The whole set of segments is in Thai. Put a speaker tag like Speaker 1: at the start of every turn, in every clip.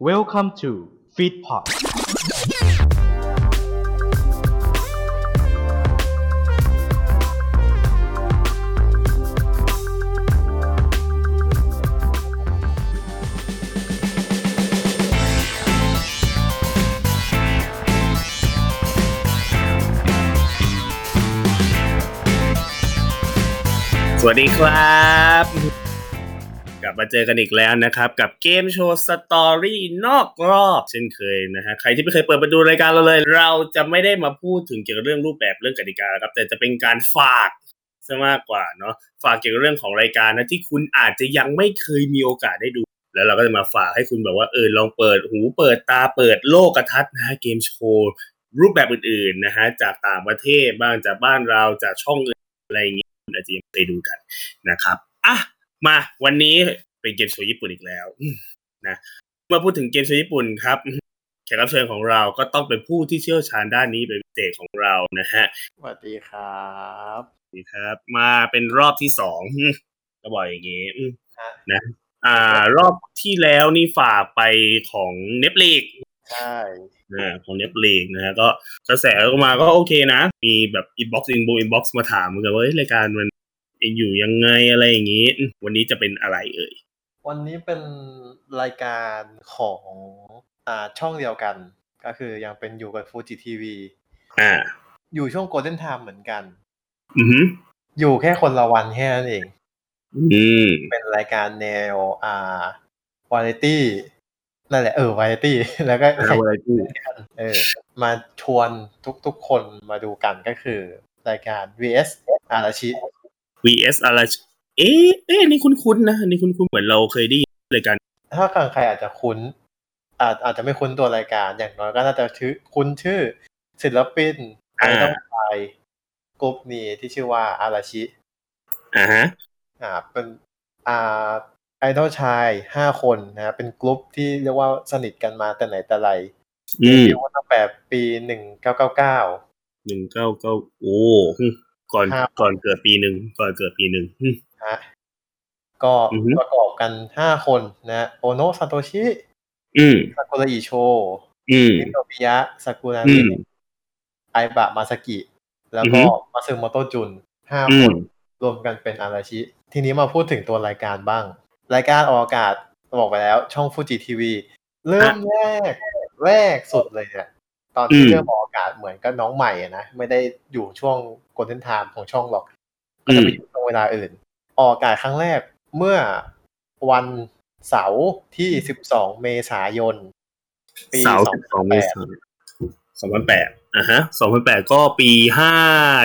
Speaker 1: Welcome to Feedpot
Speaker 2: สวัสดีครับ กลับมาเจอกันอีกแล้วนะครับ กับเกมโชว์สตอรี่นอกรอบ เช่นเคยนะฮะใครที่ไม่เคยเปิดมาดูรายการเราเลย เราจะไม่ได้มาพูดถึงเกี่ยวกับเรื่องรูปแบบเรื่องกติกาครับ แต่จะเป็นการฝากซะมากกว่าเนาะฝากเกี่ยวกับเรื่องของรายการนะที่คุณอาจจะยังไม่เคยมีโอกาสได้ดู แล้วเราก็จะมาฝากให้คุณแบบว่าเออลองเปิดหูเปิดตาเปิดโลกทัศน์นะฮะเกมโชว์รูปแบบอื่นๆนะฮะจากต่างประเทศบ้างจากบ้านเราจากช่องอื่นอะไรอย่างเงี้ยคุณอาจจะยังไม่เคยดูกัน นะครับอ่ะมาวันนี้เป็นเกมโชว์ญี่ปุ่นอีกแล้วอืมนะเมื่อพูดถึงเกมโชว์ญี่ปุ่นครับอืมแขกรับเชิญของเราก็ต้องเป็นผู้ที่เชี่ยวชาญด้านนี้เป็นพิเศษของเรานะฮะ
Speaker 3: สวัสดีครับ
Speaker 2: นี่ครับ มาเป็นรอบที่สองอืมก็บอกอย่างนี้อืมนะอ่ารอบที่แล้วนี่ฝ่ากไปของเนปลีก
Speaker 3: ใช่
Speaker 2: อ่าของเน็บเลงนะฮะก็กระแสออกมาก็โอเคนะ มีแบบอินบ็อกซ์อินบูอินบ็อกซ์มาถามเหมือนกันว่าเอ้ยรายการมันยังอยู่ยังไงอะไรอย่างนี้อืมวันนี้จะเป็นอะไรเอ่ย
Speaker 3: วันนี้เป็นรายการของอ่าช่องเดียวกัน ก็คือยังเป็นอยู่กับฟูจิทีวี
Speaker 2: อ่า
Speaker 3: อยู่ช่วงโกลเด้นไทม์เหมือนกัน
Speaker 2: อือหือ
Speaker 3: อยู่แค่คนละวันแค่นั้นเอง
Speaker 2: อืม
Speaker 3: เป็นรายการแนวอ่า วาไรตี้นั่นแหละเออวาไรตี้ แล้วก็ใส่
Speaker 2: อะไรที่
Speaker 3: เออมาชวนทุกๆคนมาดูกันก็คือ รายการ vs อาราชิ
Speaker 2: vs อะไรเอ๊ะเอ๊ะอันนี่คุ้นๆนะอันนี่คุ้นๆเหมือนเราเคยได้ยินรายการ
Speaker 3: ถ้าใครอาจจะคุ้น อาจอาจจะไม่คุ้นตัวรายการ อย่างน้อยก็น่าจะชื่อคุ้นชื่อ ศิลปินไอดอลไทยกรุ๊ปนี้ที่ชื่อว่าอาราชิ
Speaker 2: อ่าฮะ
Speaker 3: อ่าเป็นอ่าไอดอลชายห้าคนนะเป็นกรุ๊ปที่เรียกว่าสนิทกันมาแต่ไหนแต่ไร
Speaker 2: อืม
Speaker 3: อยู่มาตั้งแต่ปีหนึ่งเก้าเก้าเก้า
Speaker 2: หนึ่งเก้าเก้าโอ้อืมก่อน
Speaker 3: ครับ
Speaker 2: ก่อนเกิดปีหนึ่งก่อนเกิดปีหนึ่งอืม
Speaker 3: ฮะก็
Speaker 2: อือฮึ
Speaker 3: ประกอบกันห้าคนนะโอโนะซาโตชิ
Speaker 2: อืม
Speaker 3: ซากุระอิโช
Speaker 2: อืม
Speaker 3: มิโตบิยะซากุระ
Speaker 2: อื
Speaker 3: มิ
Speaker 2: ม
Speaker 3: ไอบะมาสกิ แล้ว
Speaker 2: อื
Speaker 3: ก็
Speaker 2: อฮึ
Speaker 3: มาซึโมโตจุนห้า
Speaker 2: อื
Speaker 3: ค
Speaker 2: ม
Speaker 3: นรวมกันเป็นอาราชิ ทีนี้มาพูดถึงตัวรายการบ้าง รายการออกอากาศบอกไปแล้วช่องฟูจิทีวี เริ่มแรก แรกสุดเลยเนี่ยตอนที่เริ่มออกอากาศเหมือนก็น้องใหม่อะนะ ไม่ได้อยู่ช่วงกลเด้นไทม์ของช่องหรอก ก็
Speaker 2: อื
Speaker 3: จะ
Speaker 2: ม
Speaker 3: ไปอยู่ช่วงเวลาอื่น ออกอากาศครั้งแรกเมื่อวันเสาร์ที่ 12 เมษายน ปี
Speaker 2: เสาร์
Speaker 3: สอง
Speaker 2: สิบสองเมษายนสองพันแปดอ่าฮะสองพันแปดก็ปีห้า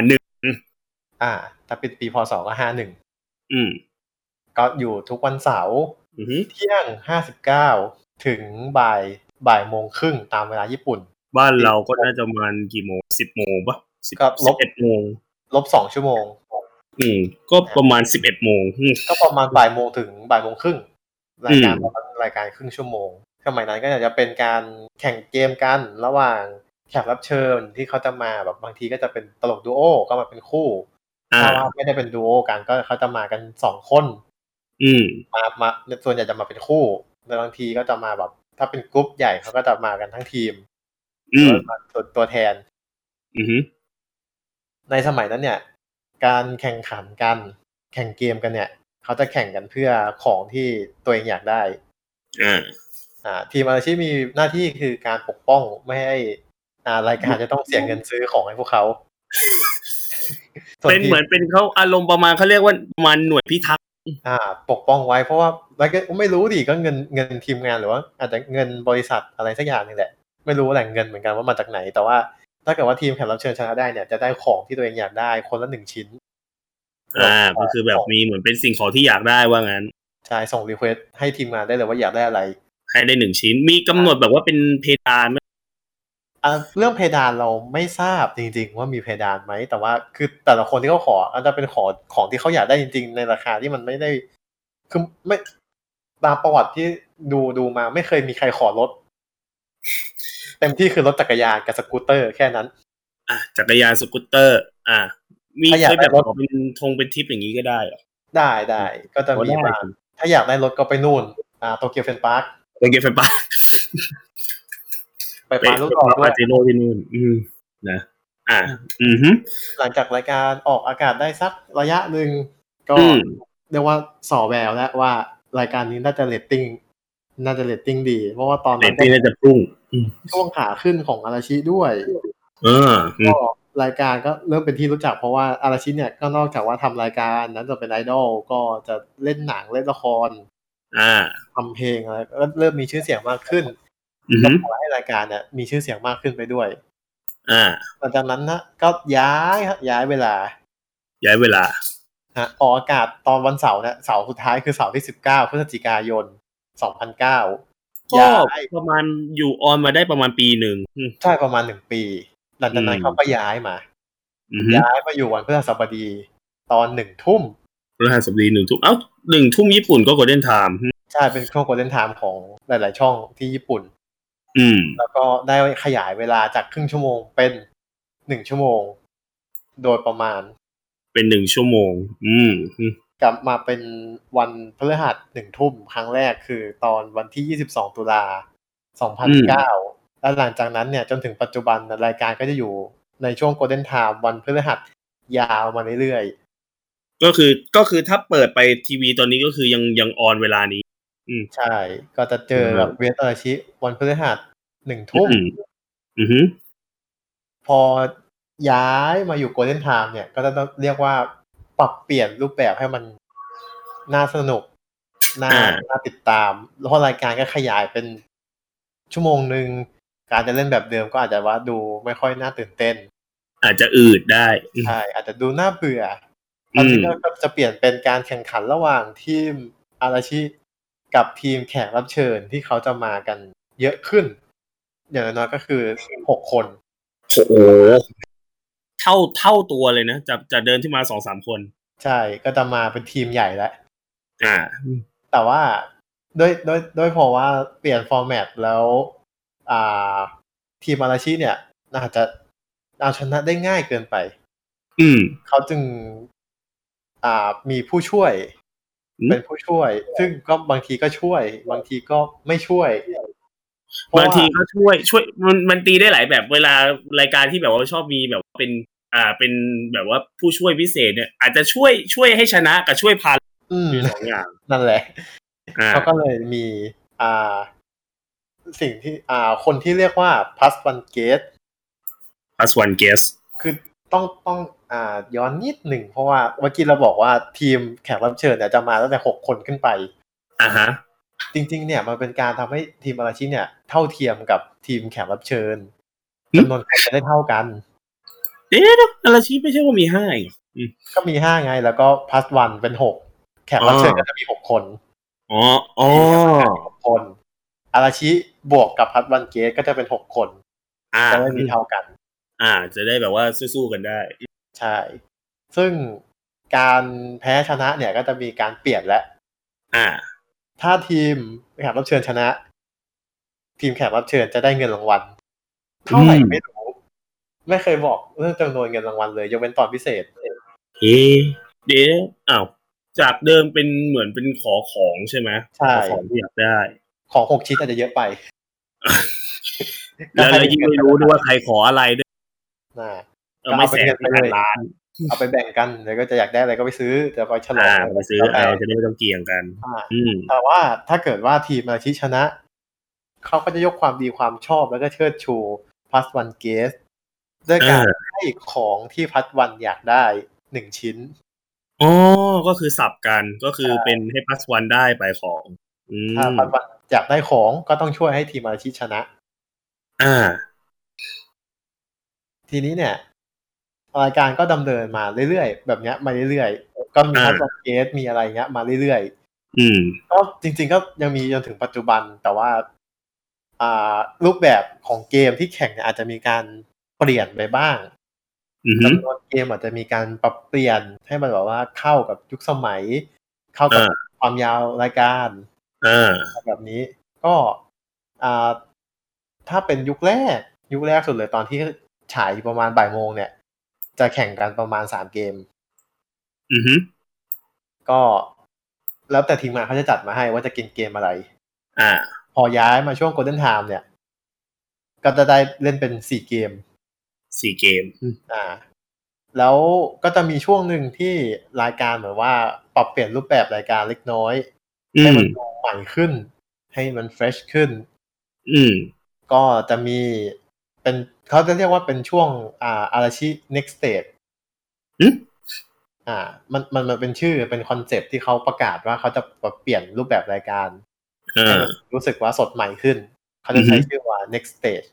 Speaker 2: หนึ่ง
Speaker 3: อ่าถ้าเป็นปีพศก็ห้าหนึ่ง
Speaker 2: อืม
Speaker 3: ก็อยู่ทุกวันเสาร์
Speaker 2: อือฮึ
Speaker 3: เที่ยง 59 ถึงบ่ายบ่ายโมงครึ่งตามเวลาญี่ปุ่น
Speaker 2: บ้านเราก็น่าจะประมาณกี่โมงสิบโมงปะสิบ
Speaker 3: ครับล
Speaker 2: สิบบ เอ็ดโมง
Speaker 3: ลบ 2 ชั่วโมง
Speaker 2: อืม ก็ประมาณสิบเอ็ดโมงอืม
Speaker 3: ก็ประมาณบ่ายโมงถึงบ่ายโมงครึ่งรายการ
Speaker 2: อืม
Speaker 3: ประมาณรายการครึ่งชั่วโมงสมัยนั้นก็อาจจะเป็นการแข่งเกมกันระหว่างแขกรับเชิญที่เขาจะมาแบบบางทีก็จะเป็นตลกดูโอก็มาเป็นคู่
Speaker 2: อ่า
Speaker 3: ถ้าว่าไม่ได้เป็นดูโอกันก็เขาจะมากันสองคน
Speaker 2: อืม
Speaker 3: มามาส่วนใหญ่จะมาเป็นคู่แต่บางทีก็จะมาแบบ ถ้าเป็นกรุ๊ปใหญ่เขาก็จะมากันทั้งทีม
Speaker 2: อืม
Speaker 3: แล้วมาตัวตัวแทน
Speaker 2: อือฮึ
Speaker 3: ในสมัยนั้นเนี่ย การแข่งขันกัน แข่งเกมกันเนี่ย เขาจะแข่งกันเพื่อของที่ตัวเองอยากได้
Speaker 2: อ่า
Speaker 3: อ่าทีมอาชีพมีหน้าที่คือการปกป้องไม่ให้อ่ารายการจะต้องเสียเงินซื้อของให้พวกเขาส่วน
Speaker 2: เป็น
Speaker 3: ที
Speaker 2: เหมือนเป็นเขาอารมณ์ประมาณเขาเรียกว่าประมาณหน่วยพิทักษ์
Speaker 3: อ่า ปกป้องไว้เพราะว่าแล้วก็ไม่รู้ดิก็เงินเงินทีมงานหรือว่า อาจจะเงินบริษัทอะไรสักอย่างนี่แหละ ไม่รู้แหล่งเงินเหมือนกันว่ามาจากไหน แต่ว่าถ้าเกิดว่าทีมแขกรับเชิญชนะได้เนี่ยจะได้ของที่ตัวเองอยากได้คนละหนึ่งชิ้น
Speaker 2: อ่า ก็คือแบบมีเหมือนเป็นสิ่งของที่อยากได้ว่างั้น
Speaker 3: ใช่ส่งรีเควสให้ทีมงานได้เลยว่าอยากได้อะไร
Speaker 2: ให้ได้หนึ่งชิ้น มีกำหนดแบบว่าเป็นเพดานไหม
Speaker 3: อ่ะเรื่องเพดานเราไม่ทราบจริงๆ ว่ามีเพดานไหม แต่ว่าคือแต่ละคนที่เขาขออาจจะเป็นขอของที่เขาอยากได้จริงๆ ในราคาที่มันไม่ได้ คือไม่ตามประวัติที่ดูดูมาไม่เคยมีใครขอรถ เต็มที่คือรถจักรยานกับสกูตเตอร์แค่นั้น
Speaker 2: อ่ะจักรยานสกูตเตอร์ อ่า มี
Speaker 3: ถ้าอยาก
Speaker 2: เคยแบบ
Speaker 3: ได้รถ
Speaker 2: เป็นธงเป็นทิปอย่างนี้ก็ได้เหรอ
Speaker 3: ได้ได้ก็จะมี
Speaker 2: ก็ได้
Speaker 3: มางถ้าอยากได้รถก็ไปนู่น อ่าโตเกียวเฟนพาร์ค
Speaker 2: โอเคไฟปะ
Speaker 3: ไปปาลูกออกด้ว
Speaker 2: ปาย จิโร่ที่นู่นอืมนะ อ่า อืม
Speaker 3: หลังจากรายการออกอากาศได้สักระยะหนึ่งก็
Speaker 2: อืม
Speaker 3: เรียกว่าสอแววแล้วว่ารายการนี้น่าจะเรตติ้งน่าจะเรตติ้งดี เพราะว่าตอน
Speaker 2: เร
Speaker 3: นั้
Speaker 2: ต
Speaker 3: น
Speaker 2: ติ้งน่าจะพุ่งอืม
Speaker 3: ช่วงขาขึ้นของอาราชิด้วย
Speaker 2: เอออืม
Speaker 3: ก็รายการก็เริ่มเป็นที่รู้จักเพราะว่าอาราชิเนี่ยก็นอกจากว่าทำรายการนั้นจะเป็นไอดอลก็จะเล่นหนังเล่นละคร
Speaker 2: อ่า
Speaker 3: ทำเพลงอะไรก็เริ่มมีชื่อเสียงมากขึ้น
Speaker 2: อืม
Speaker 3: ขอให้รายการเนี่ยมีชื่อเสียงมากขึ้นไปด้วย
Speaker 2: อ่า
Speaker 3: หลังจากนั้นนะก็ย้ายฮะย้ายเวลา
Speaker 2: ย้ายเวลา
Speaker 3: ฮะออกอากาศตอนวันเสาร์นะเสาร์สุดท้ายคือเสาร์ที่ 19 พฤศจิกายน 2009
Speaker 2: ก็
Speaker 3: ย้าย
Speaker 2: ประมาณอยู่ออนมาได้ประมาณปีหนึ่งอืม
Speaker 3: ใช่ประมาณหนึ่งปี หลังจากนั้น
Speaker 2: อืม
Speaker 3: เขาก็ย้ายมา
Speaker 2: อืม
Speaker 3: ย้ายมาอยู่วันพฤหัสบดี ตอนหนึ่งทุ่ม
Speaker 2: รหัสบดีหนึ่งทุ่มเอ้าหนึ่งทุ่มญี่ปุ่นก็ Golden Time
Speaker 3: ใช่เป็นช่วงกดเล่นไทม์ของหลาย ๆ ช่องที่ญี่ปุ่น
Speaker 2: อืม
Speaker 3: แล้วก็ได้ขยายเวลาจากครึ่งชั่วโมงเป็นหนึ่งชั่วโมง โดยประมาณ
Speaker 2: เป็นหนึ่งชั่วโมง อืมอืม
Speaker 3: กลับมาเป็นวันพฤหัสหนึ่งทุ่มครั้งแรกคือตอนวันที่ 22 ตุลา 2009 และหลังจากนั้นเนี่ยจนถึงปัจจุบันรายการก็จะอยู่ในช่วง Golden Time วันพฤหัสยาวมาเรื่อย
Speaker 2: ก็คือก็คือถ้าเปิดไปทีวีตอนนี้ก็คือยังยังออนเวลานี้
Speaker 3: ๆ ใช่ ก็จะเจอแบบเวทอาราชิวันพฤหัสหนึ่งทุ่ม
Speaker 2: อืมอือหือ
Speaker 3: พอย้ายมาอยู่ Golden Time เนี่ย ก็จะต้องเรียกว่าปรับเปลี่ยนรูปแบบให้มันน่าสนุก น่า
Speaker 2: อ่า
Speaker 3: น่าติดตาม แล้วพอรายการก็ขยายเป็นชั่วโมงหนึ่งการจะเล่นแบบเดิมก็อาจจะว่าดูไม่ค่อยน่าตื่นเต้น
Speaker 2: อาจจะอืดได้อืม
Speaker 3: ใช่อาจจะดูน่าเบื่ออต
Speaker 2: ม
Speaker 3: อนนี้ก็ก็จะเปลี่ยนเป็นการแข่งขันระหว่างทีมอาราชิกับทีมแขกรับเชิญที่เขาจะมากันเยอะขึ้น อย่างน้อยๆก็คือหกคน
Speaker 2: โอ้โหเท่าเท่าตัวเลยนะจากจากเดินที่มาสองสามคน
Speaker 3: ใช่ก็จะมาเป็นทีมใหญ่แล้ว
Speaker 2: อ่า
Speaker 3: แต่ว่าด้วยด้วยด้วยเพราะว่าเปลี่ยนฟอร์แมตแล้วอ่าทีมอาราชิเนี่ยอาจจะเอาชนะได้ง่ายเกินไป
Speaker 2: อืม
Speaker 3: เขาจึงอ่ามีผู้ช่วย
Speaker 2: อืม
Speaker 3: เป็นผู้ช่วย ซึ่งก็บางทีก็ช่วย บางทีก็ไม่ช่วยเพระว่
Speaker 2: บางทีก็ช่วยช่วยมันมันตีได้หลายแบบเวลารายการที่แบบว่าชอบมีแบบว่าเป็น อ่าเป็นแบบว่าผู้ช่วยพิเศษเนี่ย อาจจะช่วยช่วยให้ชนะกับช่วยพา
Speaker 3: อืม
Speaker 2: มีสองอย่าง
Speaker 3: นั่นแหละ
Speaker 2: อ่า
Speaker 3: เขาก็เลยมีอ่าสิ่งที่อ่าคนที่เรียกว่า plus one gate
Speaker 2: plus one guess
Speaker 3: คือต้องต้องอ่าย้อนนิดหนึ่ง เพราะว่าเมื่อกี้เราบอกว่าทีมแขกรับเชิญเนี่ยจะมาตั้งแต่หกคนขึ้นไป
Speaker 2: อ่าฮะ
Speaker 3: จริง ๆ เนี่ยมันเป็นการทำให้ทีมอาราชิเนี่ย เท่าเทียมกับทีมแขกรับเชิญ
Speaker 2: หึ
Speaker 3: จำนวนคนจะได้เท่ากัน
Speaker 2: เอ๊ะนะอาราชีไม่ใช่ว่ามีห้าอีก
Speaker 3: ก็มีห้าไง แล้วก็ plus one เป็นหกแขกรับเชิญก็จะมีหกคน
Speaker 2: อ๋ออ๋อ
Speaker 3: หกคน อาราชิบวกกับ plus one เกสก็จะเป็นหกคน
Speaker 2: อ่า
Speaker 3: จะได้มีเท่ากัน
Speaker 2: อ่า จะได้แบบว่าสู้ๆกันได้
Speaker 3: ใช่ ซึ่งการแพ้ชนะเนี่ยก็จะมีการเปลี่ยนและ
Speaker 2: อ่า
Speaker 3: ถ้าทีมแขกรับเชิญชนะ ทีมแขกรับเชิญจะได้เงินรางวัลเท่าไหร่
Speaker 2: อืม
Speaker 3: ไม่รู้ ไม่เคยบอกเรื่องจำนวนเงินรางวัลเลยยกเว้นตอนพิเศษ
Speaker 2: เอ๊ะเดี๋ยวอ้าวจากเดิมเป็นเหมือนเป็นขอของใช่ไหม
Speaker 3: ใช่
Speaker 2: ขอของที่อยากได้
Speaker 3: ของหกชิ้นอาจจะเยอะไป
Speaker 2: แล้วเรายิ่งไม่รู้ด้วยว่าใครขออะไรด้วย
Speaker 3: นะ
Speaker 2: เราไม่แสนไม่พันล้าน
Speaker 3: เอาไปแบ่งกันแล้วก็จะอยากได้อะไรก็ไปซื้อจะไปฉลอ
Speaker 2: อ่าง ไปซื้อเอาจะได้ไม่ต้องเกี่ยงกัน
Speaker 3: อ่า
Speaker 2: อืม
Speaker 3: แต่ว่าถ้าเกิดว่าทีมอาชีพชนะ เขาก็จะยกความดีความชอบแล้วก็เชิดชูพัสวันเกสด้วยการ
Speaker 2: เออ
Speaker 3: ให้ของที่พัสวันอยากได้หนึ่งชิ้น
Speaker 2: อ๋อ ก็คือสับกันก็คือเป็นให้พัสวันได้ไปของ อืม
Speaker 3: ถ้าพัสวันอยากได้ของก็ต้องช่วยให้ทีมอาชีพชนะ
Speaker 2: อ่า
Speaker 3: ทีนี้เนี่ยรายการก็ดำเนินมาเรื่อยๆแบบเนี้ยมาเรื่อยๆก็มี
Speaker 2: อ่า
Speaker 3: พัสวันเกสมีอะไรเงี้ย มาเรื่อยๆ
Speaker 2: อืม
Speaker 3: ก็จริงๆก็ยังมีจนถึงปัจจุบันแต่ว่าอ่ารูปแบบของเกมที่แข่งเนี่ยอาจจะมีการเปลี่ยนไปบ้าง
Speaker 2: อือฮึ
Speaker 3: จำนวนเกมอาจจะมีการปรับเปลี่ยนให้มันแบบว่าเข้ากับยุคสมัย เข้ากับ
Speaker 2: อ่า
Speaker 3: ความยาวรายการ
Speaker 2: อ่า
Speaker 3: แบบนี้ ก็อ่าถ้าเป็นยุคแรก ยุคแรกสุดเลยตอนที่ฉายอยู่ประมาณบ่ายโมงเนี่ย จะแข่งกันประมาณสามเกม
Speaker 2: อือฮึ
Speaker 3: ก็แล้วแต่ทีมงานเขาจะจัดมาให้ว่าจะกินเกมอะไร
Speaker 2: อ่า
Speaker 3: พอย้ายมาช่วงโกลเด้นไทม์เนี่ย ก็จะได้เล่นเป็นสี่เกม
Speaker 2: สี่เกม
Speaker 3: อ่า แล้วก็จะมีช่วงหนึ่งที่รายการเหมือนว่าปรับเปลี่ยนรูปแบบรายการเล็กน้อย
Speaker 2: อื
Speaker 3: ให้
Speaker 2: ม
Speaker 3: มันดูใหม่ขึ้น ให้มันเฟรชขึ้น
Speaker 2: อืม
Speaker 3: ก็จะมีเป็นเขาจะเรียกว่าเป็นช่วงอ่าอาราชิ next stage
Speaker 2: หึ
Speaker 3: อ่า มันมันมันเป็นชื่อเป็นคอนเซปต์ที่เขาประกาศว่าเขาจะแบบเปลี่ยนรูปแบบรายการ
Speaker 2: เอ
Speaker 3: ให้
Speaker 2: อ
Speaker 3: มันรู้สึกว่าสดใหม่ขึ้น เขาจะใช้ชื่อว่า next stage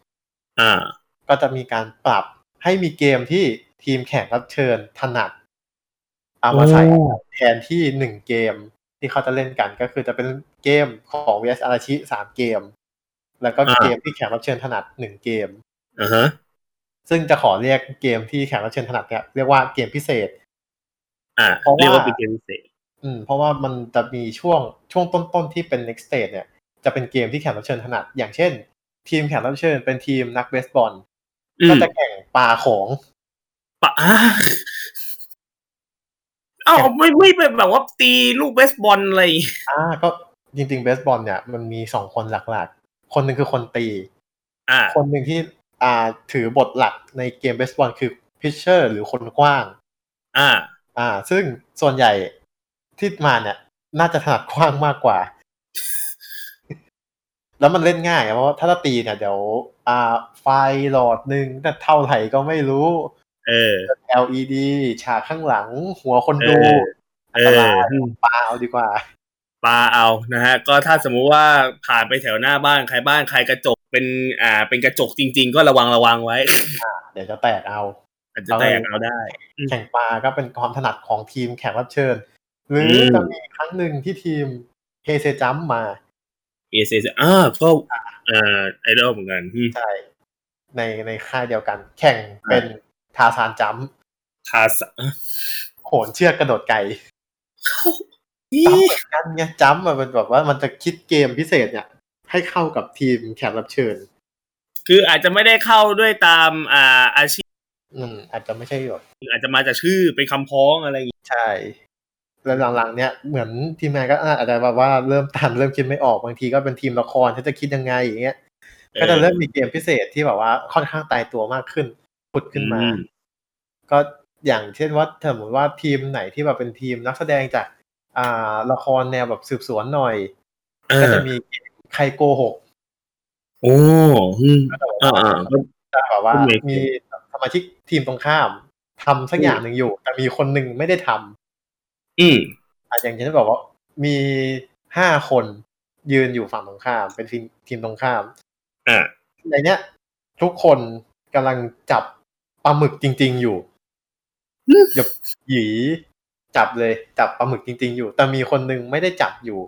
Speaker 2: อ่า
Speaker 3: ก็จะมีการปรับให้มีเกมที่ทีมแข่งรับเชิญถนัดเอามาใส่
Speaker 1: โอ้
Speaker 3: แทนที่หนึ่งเกมที่เขาจะเล่นกันก็คือจะเป็นเกมของ vs อาราชิสามเกม แล้วก็
Speaker 2: อ่า
Speaker 3: เกมที่แข่งรับเชิญถนัดหนึ่งเกม
Speaker 2: อ่าฮะ
Speaker 3: ซึ่งจะขอเรียกเกมที่แขกรับเชิญถนัดเนี่ยเรียกว่าเกมพิเศษ
Speaker 2: อ่า
Speaker 3: เพราะว่า
Speaker 2: เรียกว่าเป็นเกมพิเศษ
Speaker 3: อืมเพราะว่ามันจะมีช่วงช่วงต้นๆที่เป็น next stage เนี่ยจะเป็นเกมที่แขกรับเชิญถนัด อย่างเช่น ทีมแขกรับเชิญเป็นทีมนักเบสบอล
Speaker 2: อื
Speaker 3: ก็
Speaker 2: ม
Speaker 3: จะแข่งปาของ
Speaker 2: ปะ อ่าเอ้าไม่ไม่เป็นแบบว่าตีลูกเบสบอลอะไรอย่างงี้
Speaker 3: อ่าก็จริงๆเบสบอลเนี่ยมันมีสองคนหลักๆ คนหนึ่งคือคนตี
Speaker 2: อ่า
Speaker 3: คนหนึ่งที่อ่าถือบทหลักในเกมเบสบอลคือพิชเชอร์หรือคนกว้าง
Speaker 2: อ่า
Speaker 3: อ่า ซึ่งส่วนใหญ่ที่มาเนี่ย น่าจะถนัดกว้างมากกว่า แล้วมันเล่นง่ายอะเพราะว่าถ้าตีเนี่ยเดี๋ยว อ่า ไฟหลอดหนึ่งแต่เท่าไหร่ก็ไม่รู้
Speaker 2: เออ
Speaker 3: LED ฉากข้างหลัง หัวคนดู
Speaker 2: เออ เอ
Speaker 3: ต
Speaker 2: อ
Speaker 3: ลาดปลาเอาดีกว่า
Speaker 2: ปลาเอานะฮะก็ถ้าสมมุติว่าผ่านไปแถวหน้าบ้านใครบ้านใครกระจกเป็นอ่าเป็นกระจกจริง ๆ ก็ระวังระวังไว้
Speaker 3: เดี๋ยวจะแตกเอา
Speaker 2: อาจจะแตกเอาได้ อืม
Speaker 3: แข่งปลาก็เป็นความถนัดของทีมแขกรับเชิญ หรือ
Speaker 2: ม
Speaker 3: จะมีครั้งหนึ่งที่ทีมเฮเซจัมมา
Speaker 2: เอเซอ่าก็เอ่อไอดอลเหมือนกันอืม
Speaker 3: ใช่ ในในค่ายเดียวกัน แข่งเป็นทาซานจัมป์
Speaker 2: คาสะ
Speaker 3: โหนเชือกกระโดดไก่
Speaker 2: อี
Speaker 3: จ้ำเหมือนกันไงจ้ำอะมันแบบว่ามันจะคิดเกมพิเศษเนี่ย ให้เข้ากับทีมแขกรับเชิญ
Speaker 2: คืออาจจะไม่ได้เข้าด้วยตามอ่าอาชีพ
Speaker 3: อืม อาจจะไม่ใช่แบบ
Speaker 2: อาจจะมาจากชื่อเป็นคำพ้องอะไรอย่างงี้
Speaker 3: ใช่ แล้วหลังๆ เนี่ยเหมือนทีมงานก็อาจจะแบบว่าเริ่มตันเริ่มคิดไม่ออกบางทีก็เป็นทีมละครเขาจะคิดยังไงอย่างเงี้ยก็จะเริ่มมีเกมพิเศษที่แบบว่าค่อนข้างตายตัวมากขึ้นผุดขึ้นมา
Speaker 2: อื
Speaker 3: ก็อย่างเช่นว่าถ้าสมมติว่าทีมไหนที่แบบเป็นทีมนักแสดงจากอ่าละครแนวแบบสืบสวนหน่อย
Speaker 2: เอ
Speaker 3: ก็
Speaker 2: อ
Speaker 3: จะมีเกมใครโกหก
Speaker 2: โอ้อืมอ่าอ่า
Speaker 3: จะแบบว่า
Speaker 2: คุณเมย์
Speaker 3: มีสมาชิกทีมตรงข้ามทำสักอย่างหนึ่งอยู่ แต่มีคนหนึ่งไม่ได้ทำ
Speaker 2: อืม
Speaker 3: อาจอย่างเช่นแบบว่ามีห้าคนยืนอยู่ฝั่งตรงข้าม เป็นทีมทีมตรงข้าม
Speaker 2: อ่า
Speaker 3: ในเนี้ยทุกคนกำลังจับปลาหมึกจริง ๆอยู่หยบหยีจับเลยจับปลาหมึกจริง ๆ อยู่ แต่มีคนหนึ่งไม่ได้จับอยู่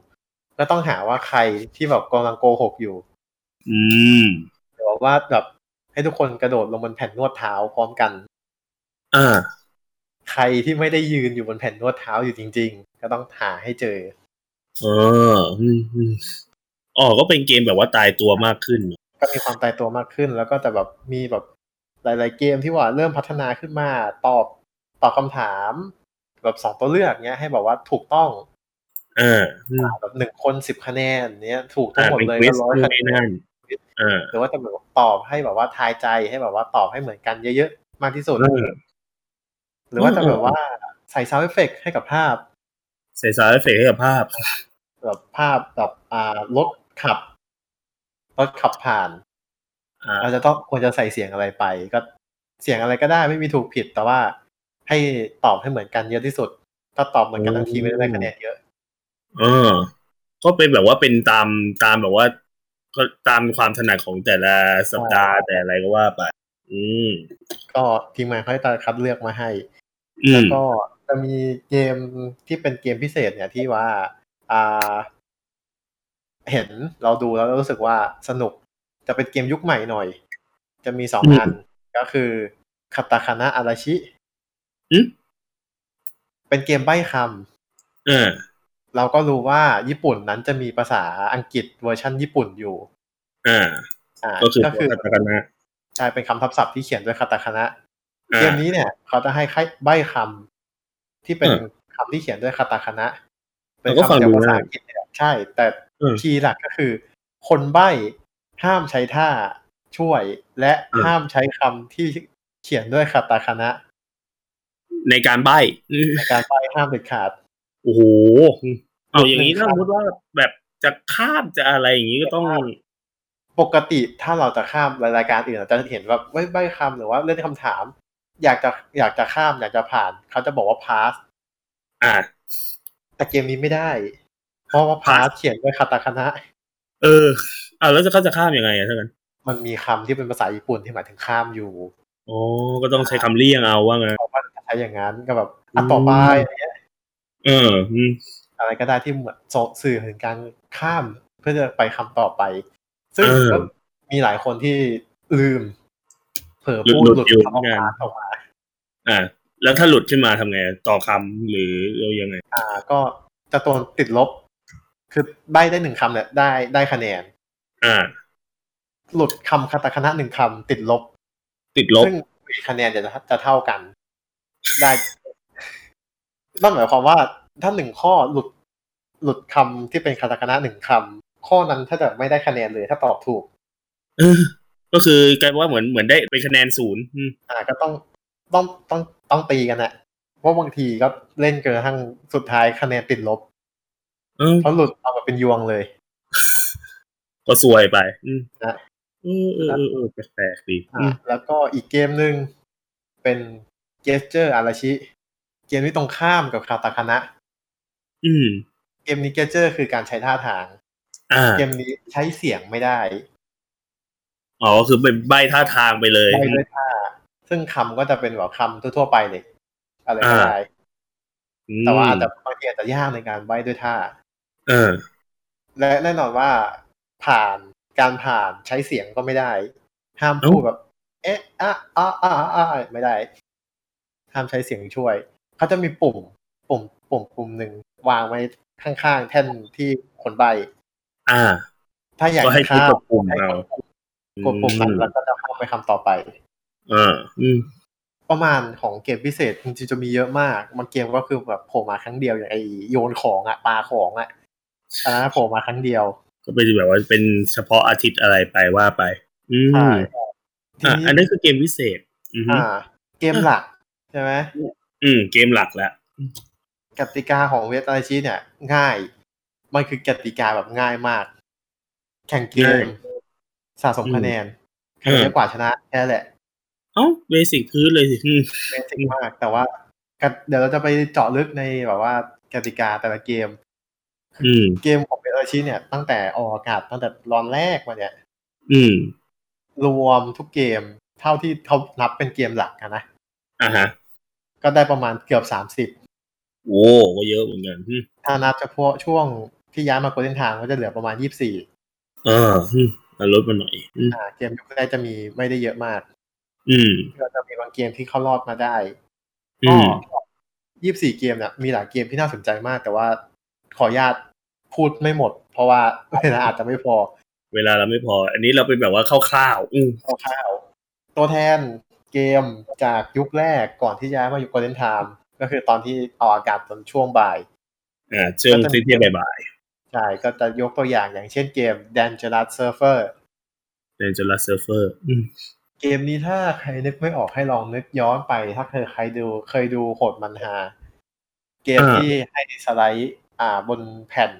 Speaker 3: ก็ต้องหาว่าใครที่แบบกำลังโกหกอยู่
Speaker 2: อืม
Speaker 3: หรือว่าแบบให้ทุกคนกระโดดลงบนแผ่นนวดเท้าพร้อมกัน
Speaker 2: อ่า
Speaker 3: ใครที่ไม่ได้ยืนอยู่บนแผ่นนวดเท้าอยู่จริง ๆ ก็ต้องหาให้เจอ
Speaker 2: เอออืมอืมอ๋อ ก็เป็นเกมแบบว่าตายตัวมากขึ้น
Speaker 3: ก็มีความตายตัวมากขึ้น แล้วก็จะแบบมีแบบหลาย ๆ เกมที่ว่าเริ่มพัฒนาขึ้นมาตอบตอบคำถาม แบบสองตัวเลือกเนี้ยให้แบบว่าถูกต้อง
Speaker 2: เออ
Speaker 3: แบบหนึ่งคนสิบคะแนนเนี้ยถูกทั้
Speaker 2: อ่าง
Speaker 3: หมด
Speaker 2: เป็น
Speaker 3: เลย
Speaker 2: ควิ
Speaker 3: ก็
Speaker 2: ส
Speaker 3: ร้อย
Speaker 2: นู่น
Speaker 3: คะ
Speaker 2: นี่
Speaker 3: แนน
Speaker 2: นั่นเออ
Speaker 3: หรือว่าจะแบบตอบให้แบบว่าทายใจให้แบบว่าตอบให้เหมือนกันเยอะ ๆ มากที่สุด
Speaker 2: เออ
Speaker 3: หรือว่าจะ
Speaker 2: เออ
Speaker 3: แบบว่าใส่ซาวด์เอฟเฟกให้กับภาพ
Speaker 2: ใส่สารเอฟเฟกต์ให้กับภาพ
Speaker 3: แบบภาพแบบอ่ารถขับรถขับผ่าน
Speaker 2: อ่า
Speaker 3: เราจะต้องควรจะใส่เสียงอะไรไป ก็เสียงอะไรก็ได้ไม่มีถูกผิด แต่ว่าให้ตอบให้เหมือนกันเยอะที่สุด ถ้าตอบเหมือนกันทั้งทีมไม่ได้คะแนนเยอะ
Speaker 2: เออ ก็เป็นแบบว่าเป็นตามตามแบบว่า ก็ตามความถนัดของแต่ละสัปดาห์แต่อะไรก็ว่าไป อืม
Speaker 3: ก็ทีมงานเขาจะคัดเลือกมาให้
Speaker 2: อืม
Speaker 3: ก็จะมีเกมที่เป็นเกมพิเศษเนี่ยที่ว่าอ่า เห็นเราดูแล้วรู้สึกว่าสนุกจะเป็นเกมยุคใหม่หน่อย จะมีสอง
Speaker 2: อืม
Speaker 3: อันก็คือคาตาคานะอาราชิ
Speaker 2: อืม
Speaker 3: เป็นเกมใบ้คำ
Speaker 2: เออ
Speaker 3: เราก็รู้ว่าญี่ปุ่นนั้นจะมีภาษาอังกฤษเวอร์ชันญี่ปุ่นอยู่
Speaker 2: อ่า
Speaker 3: อ่า
Speaker 2: ก็คือ
Speaker 3: ก็คือ
Speaker 2: ตัวกันนะ
Speaker 3: ใช่เป็นคำทับศัพท์ที่เขียนด้วยคาตาคานะ
Speaker 2: อ่า
Speaker 3: เกมนี้เนี่ย เขาจะให้ค่ใบ้คำที่เป็น
Speaker 2: อืม
Speaker 3: คำที่เขียนด้วยคาตาคานะเป็น
Speaker 2: เราก็
Speaker 3: คำ
Speaker 2: ฟัง
Speaker 3: จาก
Speaker 2: ดู
Speaker 3: ภาษา
Speaker 2: ง่าย
Speaker 3: อังกฤษเนี่ยใช่ แต่
Speaker 2: อืม
Speaker 3: คีย์หลักก็คือ คนใบ้ห้ามใช้ท่า ช่วย และ
Speaker 2: อืม
Speaker 3: ห้ามใช้คำที่เขียนด้วยคาตาคานะ
Speaker 2: ในการใบ้อืม
Speaker 3: ในการไปห้ามเด็ดขาด
Speaker 2: โอ้โหเอาอย่างนี้ถ้า
Speaker 3: ครับ
Speaker 2: สมมติว่าแบบจะข้ามจะอะไรอย่างนี้ก็ต้อง
Speaker 3: ปกติถ้าเราจะข้ามรายการอื่นเราจะเห็นว่าเว้ยใบคำหรือว่าเรื่องคำถาม อยากจะอยากจะข้ามอยากจะผ่านเขาจะบอกว่า pass
Speaker 2: อ่า
Speaker 3: แต่เกมนี้ไม่ได้ เพราะว่า pass เขียนด้วยคาตาคานะ
Speaker 2: เออเอาแล้วจะเขาจะข้ามยังไงอะถ้ากัน
Speaker 3: มันมีคำที่เป็นภาษาญี่ปุ่นที่หมายถึงข้ามอยู่
Speaker 2: อ๋อก็ต้องใช้คำเลี่ยงเอาว่าไงน
Speaker 3: เพราะว่าจะใช้อย่างนั้นก็แบบอัน
Speaker 2: อืม
Speaker 3: ต่อไปอะไรเงี้ย
Speaker 2: เอออืม
Speaker 3: อะไรก็ได้ที่เหมือนสื่อถึงการข้ามเพื่อจะไปคำต่อไป ซึ่ง
Speaker 2: เออ
Speaker 3: ก็มีหลายคนที่ลืม เผลอพูด
Speaker 2: หลุด
Speaker 3: หลุด
Speaker 2: อยู่
Speaker 3: คำออก
Speaker 2: งาน
Speaker 3: มาออกมา
Speaker 2: อ่า แล้วถ้าหลุดขึ้นมาทำไงต่อคำหรือเรายังไง
Speaker 3: อ่าก็จะโดนติดลบ คือใบได้หนึ่งคำเนี่ยได้ได้คะแนน
Speaker 2: อ่า
Speaker 3: หลุดคำคาตาคณะหนึ่งคำติดลบ
Speaker 2: ติดลบ
Speaker 3: ซึ่งคะแนนจะจะเท่ากัน ได้ นั่นหมายความว่าถ้าหนึ่งข้อหลุด หลุดคำที่เป็นคาตาคณะหนึ่งคำข้อนั้นถ้าจะไม่ได้คะแนนเลยถ้าตอบถูก
Speaker 2: เออก็คือกลายเป็นว่าเหมือนเหมือนได้เป็นคะแนนศูนย์อืม
Speaker 3: อ่าก็ต้องต้องต้องต้องตีกันนะเพราะบางทีก็เล่นเกินกระทั่งสุดท้ายคะแนนติดลบ
Speaker 2: เออ
Speaker 3: เพราะหลุดเอามาเป็นยวงเลย
Speaker 2: ก็ซวยไป อืม
Speaker 3: นะ
Speaker 2: เออเออเออเออแปลกๆดีอื
Speaker 3: อ่ามแล้วก็อีกเกมหนึ่งเป็นเกสเจอร์อาราชิ เกมที่ตรงข้ามกับคาตาคณะ
Speaker 2: อืม
Speaker 3: เกมนี้เกสเจอร์คือการใช้ท่าทาง
Speaker 2: อ่า
Speaker 3: เกมนี้ใช้เสียงไม่ได้
Speaker 2: อ๋อคือเป็นใบท่าทางไปเลย
Speaker 3: ได้ด้วยท่าซึ่งคำก็จะเป็นแบบคำทั่วๆไปเลยอะไรก็ได้
Speaker 2: อืม
Speaker 3: แต่ว่าอาจจะบางทีอาจจะยากในการใบ้ด้วยท่า
Speaker 2: เออ
Speaker 3: และแน่นอนว่าผ่านการผ่านใช้เสียงก็ไม่ได้ ห้ามพูดแบบ เอ๊ะอะอะอะอะอะไม่ได้ ห้ามใช้เสียงช่วย เขาจะมีปุ่ม ปุ่ม ปุ่มปุ่มหนึ่งวางไว้ข้างๆ แท่นที่คนใบ
Speaker 2: อ่า
Speaker 3: ถ้าอยาก
Speaker 2: ก็ให้
Speaker 3: จะ
Speaker 2: กด
Speaker 3: ข้าม
Speaker 2: ปุ่ม
Speaker 3: ให้
Speaker 2: เรา
Speaker 3: กดปุ่มกดปุ่มนั้นแล้วก็จะข้ามไปคำต่อไป
Speaker 2: เออ อืม
Speaker 3: ประมาณของเกมพิเศษจริงๆจะมีเยอะมากบางเกมก็คือแบบโผล่มาครั้งเดียวอย่างไอโยนของอะปลาของอะอันนั้นโผล่มาครั้งเดียว
Speaker 2: ก็เป็นแบบว่าเป็นเฉพาะอาทิตย์อะไรไปว่าไป อืม
Speaker 3: ใช่ที
Speaker 2: อ่ะ
Speaker 3: นี้
Speaker 2: อันนี้คือเกมพิเศษ อืม
Speaker 3: อ่า เกมหลักใช่ไหม
Speaker 2: อืม เกมหลักแล้ว
Speaker 3: กติกาของเวทอาชีเนี่ย ง่าย มันคือกติกาแบบง่ายมาก แข่งเก
Speaker 2: ง่าย
Speaker 3: มสะสมคะแนนใคร
Speaker 2: อืม
Speaker 3: เยอะกว่าชนะแค่นั้นแหละ
Speaker 2: เอ้าเบสิกพื้นเลยสิอืม
Speaker 3: เบสิกมาก แต่ว่ากติเดี๋ยวเราจะไปเจาะลึกในแบบว่ากติกาแต่ละเกม
Speaker 2: อืม
Speaker 3: เกมของเวทอาชีเนี่ย ตั้งแต่ออกอากาศตั้งแต่รอนแรกมาเนี่ย
Speaker 2: อืม
Speaker 3: รวมทุกเกมเท่าที่เขานับเป็นเกมหลักอะนะ
Speaker 2: อ่าฮะ
Speaker 3: ก็ได้ประมาณเกือบสามสิบ
Speaker 2: โอ้ก็เยอะเหมือนกันอืม
Speaker 3: ถ้านับเฉพาะช่วงที่ย้ายมาโกลเด้นทางก็จะเหลือประมาณยี่สิบสี่
Speaker 2: เอออืมเอาลดมาหน่อย อืม
Speaker 3: อ่าเกมยุคแรกจะมีไม่ได้เยอะมาก
Speaker 2: อืม
Speaker 3: ก็จะมีบางเกมที่เข้ารอดมาได้
Speaker 2: อื
Speaker 3: ก็
Speaker 2: ม
Speaker 3: ยี่สิบสี่เกมเนี่ยมีหลายเกมที่น่าสนใจมาก แต่ว่าขออนุญาตพูดไม่หมด เพราะว่า เวลาอาจจะไม่พอ
Speaker 2: เวลาเราไม่พอ อันนี้เราเป็นแบบว่าคร่าวๆอืม
Speaker 3: คร่าวๆตัวแทนเกมจากยุคแรกก่อนที่ย้ายมาอยู่โกลเด้นไทม์ก็คือตอนที่ออกอากาศตอนช่วงบ่าย
Speaker 2: อ่าเชิงเที่ยงบ่าย
Speaker 3: ใช่ก็จะยกตัวอย่างอย่างเช่นเกม Dangerous Surfer
Speaker 2: ๆในจุฬาเซิร์ฟเวอร์ อืม
Speaker 3: เกมนี้ถ้าใครนึกไม่ออกให้ลองนึกย้อนไป ถ้าเคยใครดูเคยดูโหดมันฮาเกม
Speaker 2: อ่า
Speaker 3: ที่ให้สไลด์อ่าบนแผ่น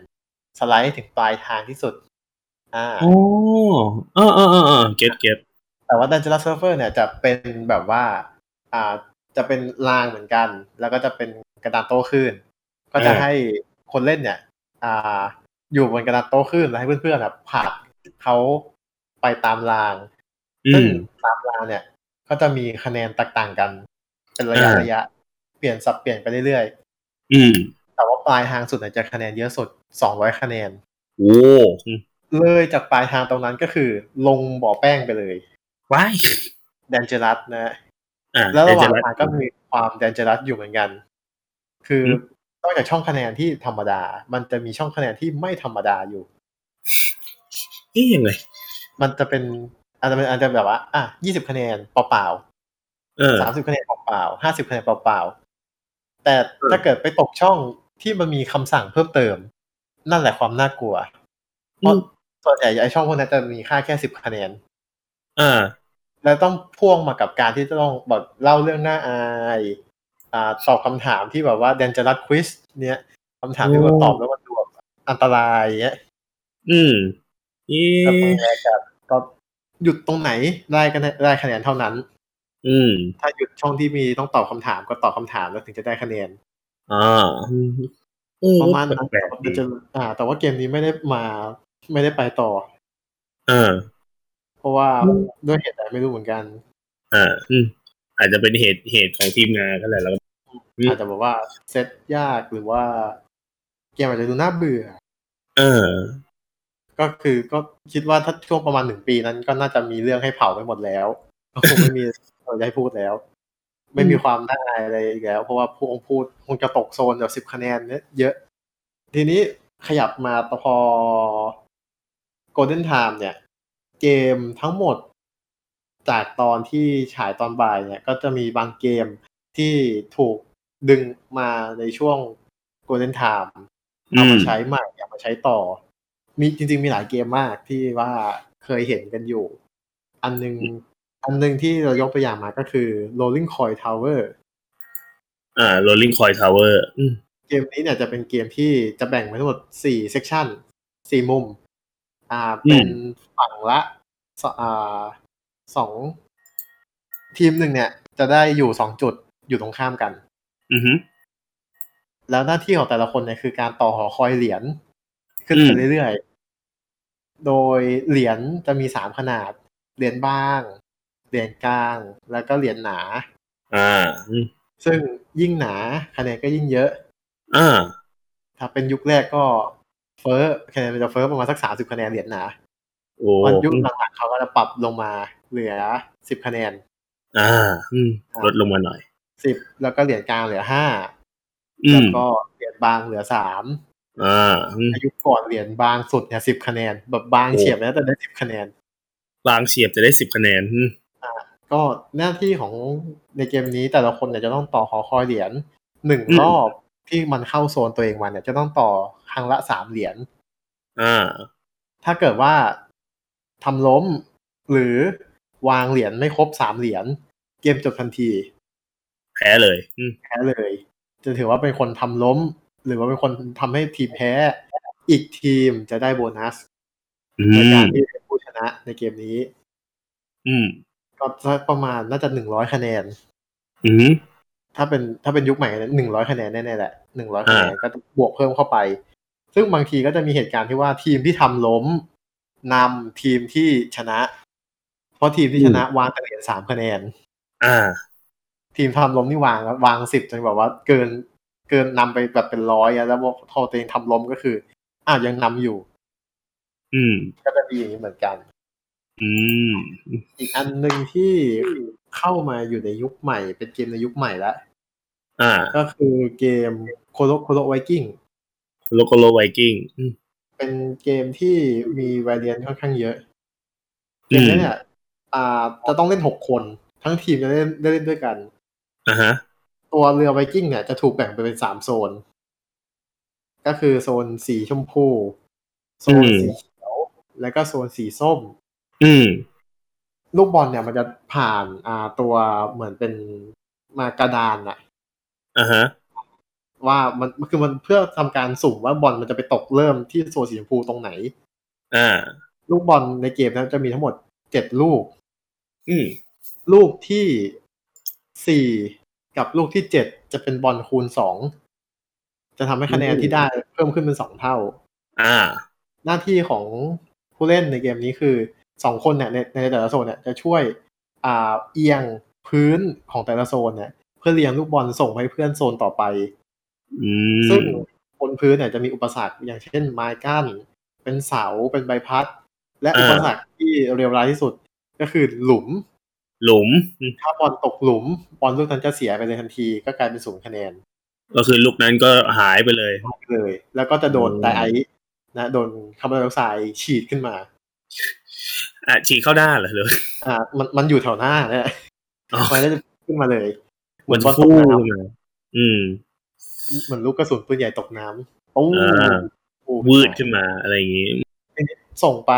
Speaker 3: สไลด์ให้ถึงปลายทางที่สุด อ่า
Speaker 2: โอ้เออเออเออเออเก็ตเก็ต
Speaker 3: แต่ว่า Dangerous Surfer เนี่ยจะเป็นแบบว่าอ่าจะเป็นรางเหมือนกัน แล้วก็จะเป็นกระดานโต้คลื่นก็จะให้คนเล่นเนี่ย อ่า อยู่บนกระดานโต้คลื่นแล้วให้เพื่อนๆแบบผลักเขาไปตามราง
Speaker 2: อื
Speaker 3: ซึ่ง
Speaker 2: ม
Speaker 3: ตามเวลาเนี่ย ก็จะมีคะแนนแตกต่างกัน เป็นระยะ
Speaker 2: อ่า
Speaker 3: ระยะ เปลี่ยนสับเปลี่ยนไปเรื่อย
Speaker 2: อืม
Speaker 3: ๆ แต่ว่าปลายทางสุดเนี่ยจะคะแนนเยอะสุด 200 คะแนน
Speaker 2: โอ้อืม
Speaker 3: เลยจากปลายทางตรงนั้นก็คือ ลงบ่อแป้งไปเลย
Speaker 2: ว้าย
Speaker 3: แดนเจรัสนะฮะ
Speaker 2: อ่า
Speaker 3: แล้วระหว่าง
Speaker 2: เดี๋ยจ
Speaker 3: ทางก็มีความแดนเจรัสอยู่เหมือนกัน คือนอกจากช่องคะแนนที่ธรรมดา มันจะมีช่องคะแนนที่ไม่ธรรมดาอยู่
Speaker 2: เอ๊ยยังไง
Speaker 3: มันจะเป็นอาจจะเป็นอาจจะแบบว่าอ่ะ20 คะแนนเปล่าๆ
Speaker 2: เออ
Speaker 3: สามสิบคะแนนเปล่าๆห้าสิบคะแนนเปล่าๆ แต่ถ้าเกิดไปตกช่องที่มันมีคำสั่งเพิ่มเติม นั่นแหละความน่ากลัว เพราะ
Speaker 2: อืม
Speaker 3: ส่วนใหญ่ไอช่องพวกนั้นจะมีค่าแค่สิบคะแนน
Speaker 2: อ่า
Speaker 3: แล้วต้องพ่วงมากับการที่จะต้องแบบเล่าเรื่องหน้าอายอ่าตอบคำถามที่แบบว่าเดนจ r รัสควิสเนี่ยคำถามที่ว่า
Speaker 2: โอ้
Speaker 3: ตอบแล้วมันดูแบบอันตรายเงี้ย
Speaker 2: อืมอี
Speaker 3: แล้วตรงแรกครับก็หยุดตรงไหนได้กันได้คะแนนเท่านั้น
Speaker 2: อืม
Speaker 3: ถ้าหยุดช่องที่มีต้องตอบคำถามก็ตอบคำถามแล้วถึงจะได้คะแนน
Speaker 2: อ่าอื
Speaker 3: ประมาณนั้น
Speaker 2: แปลก
Speaker 3: แต่ว่า
Speaker 2: ๆดี
Speaker 3: จะอ่า แต่ว่าเกมนี้ไม่ได้มาไม่ได้ไปต่อ
Speaker 2: อ่า
Speaker 3: เพราะว่า
Speaker 2: อืม
Speaker 3: ด้วยเหตุใดไม่รู้เหมือนกัน
Speaker 2: อ่าอืมอาจจะเป็นเหตุเหตุของทีมงานก็แหละแล้ว อืม
Speaker 3: อาจจะบอกว่าเซตยากหรือว่า เกมอาจจะดูน่าเบื่อ
Speaker 2: เออ
Speaker 3: ก็คือก็คิดว่าถ้าช่วงประมาณหนึ่งปีนั้นก็น่าจะมีเรื่องให้เผาไปหมดแล้ว ก็คงไม่มี อะไรให้พูดแล้ว ไม่มีความน่าอายอะไรอีกแล้ว เพราะว่าผู้องค์พูดคงจะตกโซนแบบสิบ10คะแนนเนี่ยเยอะ ทีนี้ขยับมาพอ Golden Time เนี่ย เกมทั้งหมดจากตอนที่ฉายตอนบ่ายเนี่ย ก็จะมีบางเกมที่ถูกดึงมาในช่วง Golden Time เอามาใช้ใหม่เอามาใช้ต่อ มีจริง ๆ มีหลายเกมมากที่ว่าเคยเห็นกันอยู่ อันหนึงอันหนึงที่เรายกตัวอย่างมาก็คือ Rolling Coin Tower
Speaker 2: อ่า Rolling Coil Tower อืม
Speaker 3: เกมนี้เนี่ยจะเป็นเกมที่จะแบ่งไปทั้งหมดสี่เซกชันสี่มุม อ่า เป็นฝั่งละสอ่าสองทีมหนึ่งเนี่ย จะได้อยู่สองจุดอยู่ตรงข้ามกัน
Speaker 2: อือฮึ
Speaker 3: แล้วหน้าที่ของแต่ละคนเนี่ยคือการต่อหอคอยเหรียญขึ้นไป
Speaker 2: อืม
Speaker 3: เรื่อยๆ โดยเหรียญจะมีสามขนาด เหรียญบ้าง เหรียญกลาง แล้วก็เหรียญหนา
Speaker 2: อ่าอืม
Speaker 3: ซึ่งยิ่งหนาคะแนนก็ยิ่งเยอะ
Speaker 2: อ่า
Speaker 3: ถ้าเป็นยุคแรกก็เฟ้อคะแนนมันจะเฟ้อประมาณสักสามสิบคะแนนเหรียญหนา
Speaker 2: โอ้
Speaker 3: วันยุค
Speaker 2: อืม
Speaker 3: หลังๆเขาก็จะปรับลงมาเหลือสิบคะแนน
Speaker 2: อ่าอืมลดลงมาหน่อย
Speaker 3: สิบแล้วก็เหรียญกลางเหลือห้า
Speaker 2: อื
Speaker 3: แล้ว
Speaker 2: ม
Speaker 3: ก็เหรียญบางเหลือสาม
Speaker 2: อ่าอืม
Speaker 3: อายุก่อนเหรียญบางสุดเนี่ยสิบคะแนน แบบบาง
Speaker 2: โอ้
Speaker 3: เฉียบนะแต่ได้สิบคะแนน
Speaker 2: บางเฉียบจะได้สิบคะแนนอืม
Speaker 3: ก็หน้าที่ของในเกมนี้แต่ละคนเนี่ยจะต้องต่อหอคอยเหรียญหนึ่งรอบที่มันเข้าโซนตัวเองมาเนี่ยจะต้องต่อครั้งละสามเหรียญ
Speaker 2: อ่า
Speaker 3: ถ้าเกิดว่าทำล้มหรือวางเหรียญไม่ครบสามเหรียญเกมจบทันที
Speaker 2: แพ้เลย อืม
Speaker 3: แพ้เลย จะถือว่าเป็นคนทำล้ม หรือว่าเป็นคนทำให้ทีมแพ้อีกทีมจะได้โบนัส
Speaker 2: อื
Speaker 3: ในกาม รที่เป็นผู้ชนะในเกมนี้
Speaker 2: อืม
Speaker 3: ก็สักประมาณน่าจะหนึ่งร้อยคะแนน
Speaker 2: อืม
Speaker 3: ถ้าเป็นถ้าเป็นยุคใหม่หนึ่งร้อยคะแนนแน่ๆแหละหนึ่งร้อยคะแนนก็บวกเพิ่มเข้าไป ซึ่งบางทีก็จะมีเหตุการณ์ที่ว่าทีมที่ทำล้มนำทีมที่ชนะ เพราะทีมที่ชนะวางแต่เหรียญสามคะแนน
Speaker 2: อ่า
Speaker 3: ทีมทำล้มนี่วางวางสิบจนแบบว่าเกินเกินนำไปแบบเป็นร้อยอะแล้วพอตัวเองทำล้มก็คืออ้าวยังนำอยู่
Speaker 2: อืม
Speaker 3: ก็จะมีอย่างนี้เหมือนกัน
Speaker 2: อืม
Speaker 3: อีกอันหนึ่งที่เข้ามาอยู่ในยุคใหม่ เป็นเกมในยุคใหม่แล้ว
Speaker 2: อ่า
Speaker 3: ก็คือเกมโคโลโคโลไวกิ้ง
Speaker 2: โลโกโลไวกิ้งอืม
Speaker 3: เป็นเกมที่มีวาเรียนค่อนข้างเยอะ เก
Speaker 2: อื
Speaker 3: ม
Speaker 2: ม
Speaker 3: นี้เนี่ยอ่าจะต้องเล่นหกคน ทั้งทีมจะเล่นได้เล่นด้วยกัน
Speaker 2: อ่าฮะ
Speaker 3: ตัวเรือไวกิ้งเนี่ยจะถูกแบ่งไปเป็นสามโซน ก็คือโซนสีชมพู โซนสีเขียว แล้วก็โซนสีส้ม
Speaker 2: อืม
Speaker 3: ลูกบอลเนี่ยมันจะผ่านอ่าตัวเหมือนเป็นมากระดานอะ
Speaker 2: อ่าฮะ
Speaker 3: ว่ามันมันคือมันเพื่อทำการสุ่มว่าบอลมันจะไปตกเริ่มที่โซนสีชมพูตรงไหน
Speaker 2: อ่า
Speaker 3: ลูกบอลในเกมนั้นจะมีทั้งหมดเจ็ดลูก
Speaker 2: อืม
Speaker 3: ลูกที่สี่กับลูกที่เจ็ดจะเป็นบอลคูณสองจะทำให้คะแนน
Speaker 2: อืม
Speaker 3: ที่ได้เพิ่มขึ้นเป็นสองเท่า
Speaker 2: อ่า
Speaker 3: หน้าที่ของผู้เล่นในเกมนี้คือสองคนเนี่ยในในแต่ละโซนเนี่ยจะช่วยอ่าเอียงพื้นของแต่ละโซนเนี่ยเพื่อเรียงลูกบอลส่งไปให้เพื่อนโซนต่อไป
Speaker 2: อื
Speaker 3: ซึ่ง
Speaker 2: ม
Speaker 3: บนพื้นเนี่ยจะมีอุปสรรคอย่างเช่นไม้กั้น เป็นเสาเป็นใบพัด และ
Speaker 2: อ่า
Speaker 3: อุปสรรคที่เรียวร้ายที่สุดก็คือหลุม
Speaker 2: หลุมอืม
Speaker 3: ถ้าบอลตกหลุม บอลลูกนั้นจะเสียไปเลยทันที ก็กลายเป็นศูนย์คะแนน
Speaker 2: ก็คือลูกนั้นก็หายไปเลย
Speaker 3: เลย แล้วก็จะโดน
Speaker 2: อืม
Speaker 3: ไดไอซ์นะโดนคาร์บอนไดออกไซด์ฉีดขึ้นมา
Speaker 2: อ่ะฉีกเข้าหน้าเหรอหรือ
Speaker 3: อ่ามันมันอยู่แถวหน้าเนี่ย
Speaker 2: อ๋อ
Speaker 3: มันก็จะขึ้นมาเลยเหมือ
Speaker 2: มั
Speaker 3: น นบอลต
Speaker 2: ฟู
Speaker 3: ก
Speaker 2: ขึ้
Speaker 3: น้ำ
Speaker 2: นมาอืม
Speaker 3: เหมือนลูกกระสุนปืนใหญ่ตกน้ำปู้
Speaker 2: อ่า
Speaker 3: ปู้
Speaker 2: วืดขึ้นมาอะไรอย่างงี้
Speaker 3: ส่งไป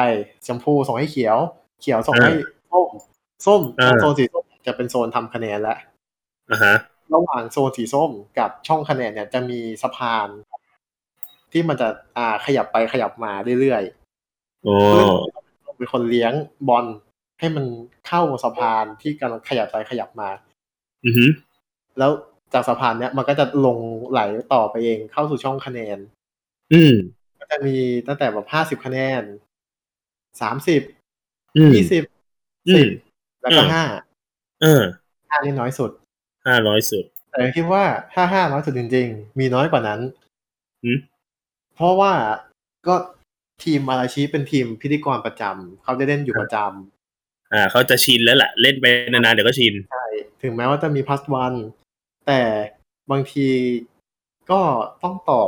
Speaker 3: ชมพูส่งให้เขียว เขียวส่ง
Speaker 2: อ่า
Speaker 3: ให้ ส้มส้ม
Speaker 2: อ่า
Speaker 3: โซนสีส้มจะเป็นโซนทำคะแนนและ
Speaker 2: อ่าฮะ
Speaker 3: ระหว่างโซนสีส้มกับช่องคะแนนเนี่ยจะมีสะพาน ที่มันจะอ่าขยับไปขยับมาเรื่อย
Speaker 2: โอ้
Speaker 3: ๆซึ่งเป็นคนเลี้ยงบอลให้มันเข้าสะพานที่กำลังขยับไปขยับมา
Speaker 2: อือฮึ
Speaker 3: แล้วจากสะพานเนี้ยมันก็จะลงไหลต่อไปเองเข้าสู่ช่องคะแนน
Speaker 2: อืม
Speaker 3: ก็จะมีตั้งแต่แบบห้าสิบ50 คะแนนสามสิบ
Speaker 2: อืม
Speaker 3: ยี่สิบ
Speaker 2: อื
Speaker 3: สิ
Speaker 2: ม
Speaker 3: บแล้วก็
Speaker 2: อืม
Speaker 3: ห้า
Speaker 2: เออ
Speaker 3: ห้านี่น้อยสุด
Speaker 2: ห้าร้อยสุด
Speaker 3: แต่คิดว่าถ้าห้าน้อยสุดจริง ๆ มีน้อยกว่านั้น
Speaker 2: หืม
Speaker 3: เพราะว่าก็ทีมมาราชิเป็นทีมพิธีกรประจำเขาจะเล่นอยู่ประจ
Speaker 2: อ่า เขาจะชินแล้วล่ะ เล่นไปนานๆเดี๋ยวก็ชิน
Speaker 3: ำใช่ถึงแม้ว่าจะมีพัสวันแต่บางทีก็ต้องต่อ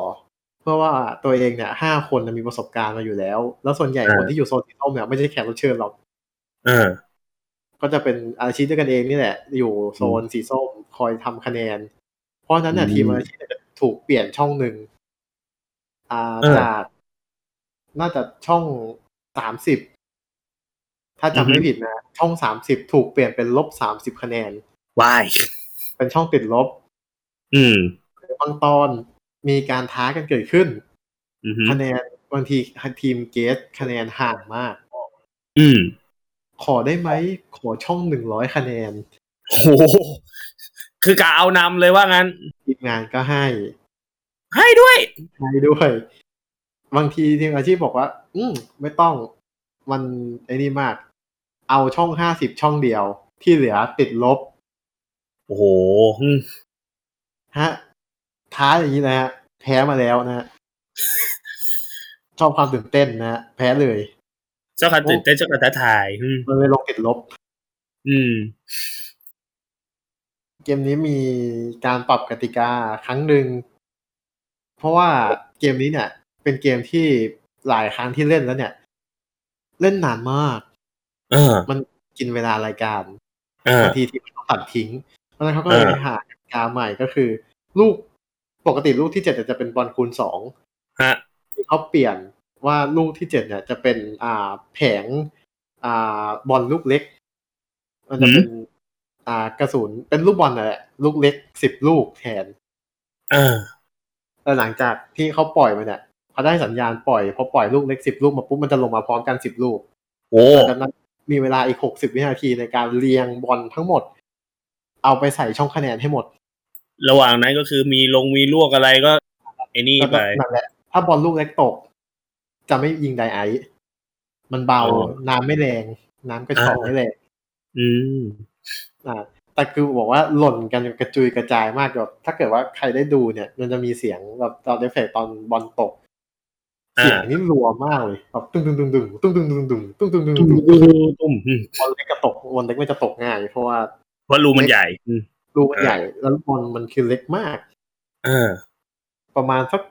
Speaker 3: เพื่อว่าตัวเองเนี่ยห้าคนน่ะมีประสบการณ์มาอยู่แล้ว แล้วส่วนใหญ่
Speaker 2: อ่า
Speaker 3: คนที่อยู่โซนสีส้มเนี่ยไม่ใช่แขกรับเชิญหรอก
Speaker 2: เออ
Speaker 3: ก็จะเป็นอาชีพด้วยกันเองนี่แหละ อยู่โซนสีส้มคอยทำคะแนน เพราะฉะนั้นเนี่ย
Speaker 2: อืม
Speaker 3: ทีมอาชีพจะถูกเปลี่ยนช่องหนึ่งอ่า
Speaker 2: เออ
Speaker 3: จากน่าจะช่องสามสิบถ้าจำ
Speaker 2: อื
Speaker 3: ไม่
Speaker 2: อฮึ
Speaker 3: ผิดนะ ช่องสามสิบถูกเปลี่ยนเป็นลบสามสิบคะแนน
Speaker 2: วาย
Speaker 3: เป็นช่องติดลบ
Speaker 2: อืม
Speaker 3: บางตอนมีการท้ากันเกิดขึ้น
Speaker 2: อือฮึ
Speaker 3: คะแนนบางทีทีมเกสคะแนนห่างมาก
Speaker 2: อืม
Speaker 3: ขอได้ไหมขอช่องหนึ่งร้อยคะแนน
Speaker 2: โห คือกะเอานำเลยว่างั้น
Speaker 3: ทีมงานก็ให้
Speaker 2: ให้ด้วย
Speaker 3: ให้ด้วย บางทีทีมอาชีพบอกว่า อืมไม่ต้องมันไอ้นี่มาก เอาช่องห้าสิบช่องเดียว ที่เหลือติดลบ
Speaker 2: โอ้โหอืม
Speaker 3: ฮะ ท้าอย่างนี้นะฮะแพ้มาแล้วนะฮะ ชอบความตื่นเต้นนะฮะแพ้เลย
Speaker 2: เจ้าคันตื่นเต้นเจ้าคันท้าทายอืม
Speaker 3: มันเลยลงติดลบ
Speaker 2: อืม
Speaker 3: เกมนี้มีการปรับกติกาครั้งหนึ่ง เพราะว่าเกมนี้เนี่ย เป็นเกมที่หลายครั้งที่เล่นแล้วเนี่ย เล่นนานมาก
Speaker 2: เออ
Speaker 3: กินเวลารายการ
Speaker 2: เออ
Speaker 3: บางทีทีมต้องตัดทิ้ง เพราะฉะนั้นเขาก็เลย
Speaker 2: เออ
Speaker 3: หากติกาใหม่ก็คือ ลูกปกติลูกที่เจ็ดเนี่ยจะเป็นบอลคูณสอง
Speaker 2: ฮะ
Speaker 3: เขาเปลี่ยนว่าลูกที่เจ็ดเนี่ยจะเป็นอ่าแผงอ่าบอลลูกเล็ก มันจะเป็นอ่ากระสุนเป็นลูกบอลนั่นแหละลูกเล็กสิบลูกแทน
Speaker 2: เออ
Speaker 3: แต่หลังจากที่เขาปล่อยมาเนี่ยเขาได้สัญญาณปล่อยพอปล่อยลูกเล็กสิบลูกมาปุ๊บมันจะลงมาพร้อมกันสิบลูก
Speaker 2: โอ้
Speaker 3: ดังนั้นมีเวลาอีกหกสิบวินาทีในการเรียงบอลทั้งหมด เอาไปใส่ช่องคะแนนให้หมด
Speaker 2: ระหว่างนั้นก็คือมีลงมีลวกอะไรก็ไอ้นี่ไป
Speaker 3: นั่นแหละถ้าบอลลูกเล็กตก จะไม่ยิงไดไอซ์มันเบา
Speaker 2: อ๋อ
Speaker 3: น้ำไม่แรง น้ำกระชอก
Speaker 2: อ่า
Speaker 3: ไม่แรง
Speaker 2: อืม
Speaker 3: อ่าแต่คือบอกว่าหล่นกันกระจุยกระจายมากแบบถ้าเกิดว่าใครได้ดูเนี่ย มันจะมีเสียงแบบตอนเดฟเฟกตอนบอลตก
Speaker 2: อ่า
Speaker 3: เสียงนี่รัวมากเลยแบบตึ้งตึ้งตึ้งตึ้งตึ้งตึ้งตึ้งตึ้งตึ้งตึ้งตึ้ง
Speaker 2: ตุ้ม
Speaker 3: ตึ้ง
Speaker 2: ตุ้มตุ้มอืม
Speaker 3: บอลเล็กก็ตกบอลเล็กไม่จะตกง่าย เพราะว่า
Speaker 2: เพราะรูมันใหญ่อืม
Speaker 3: ลูกมันใหญ่ แล้วบอลมันคือเล็กมาก
Speaker 2: เออ
Speaker 3: ประมาณสัก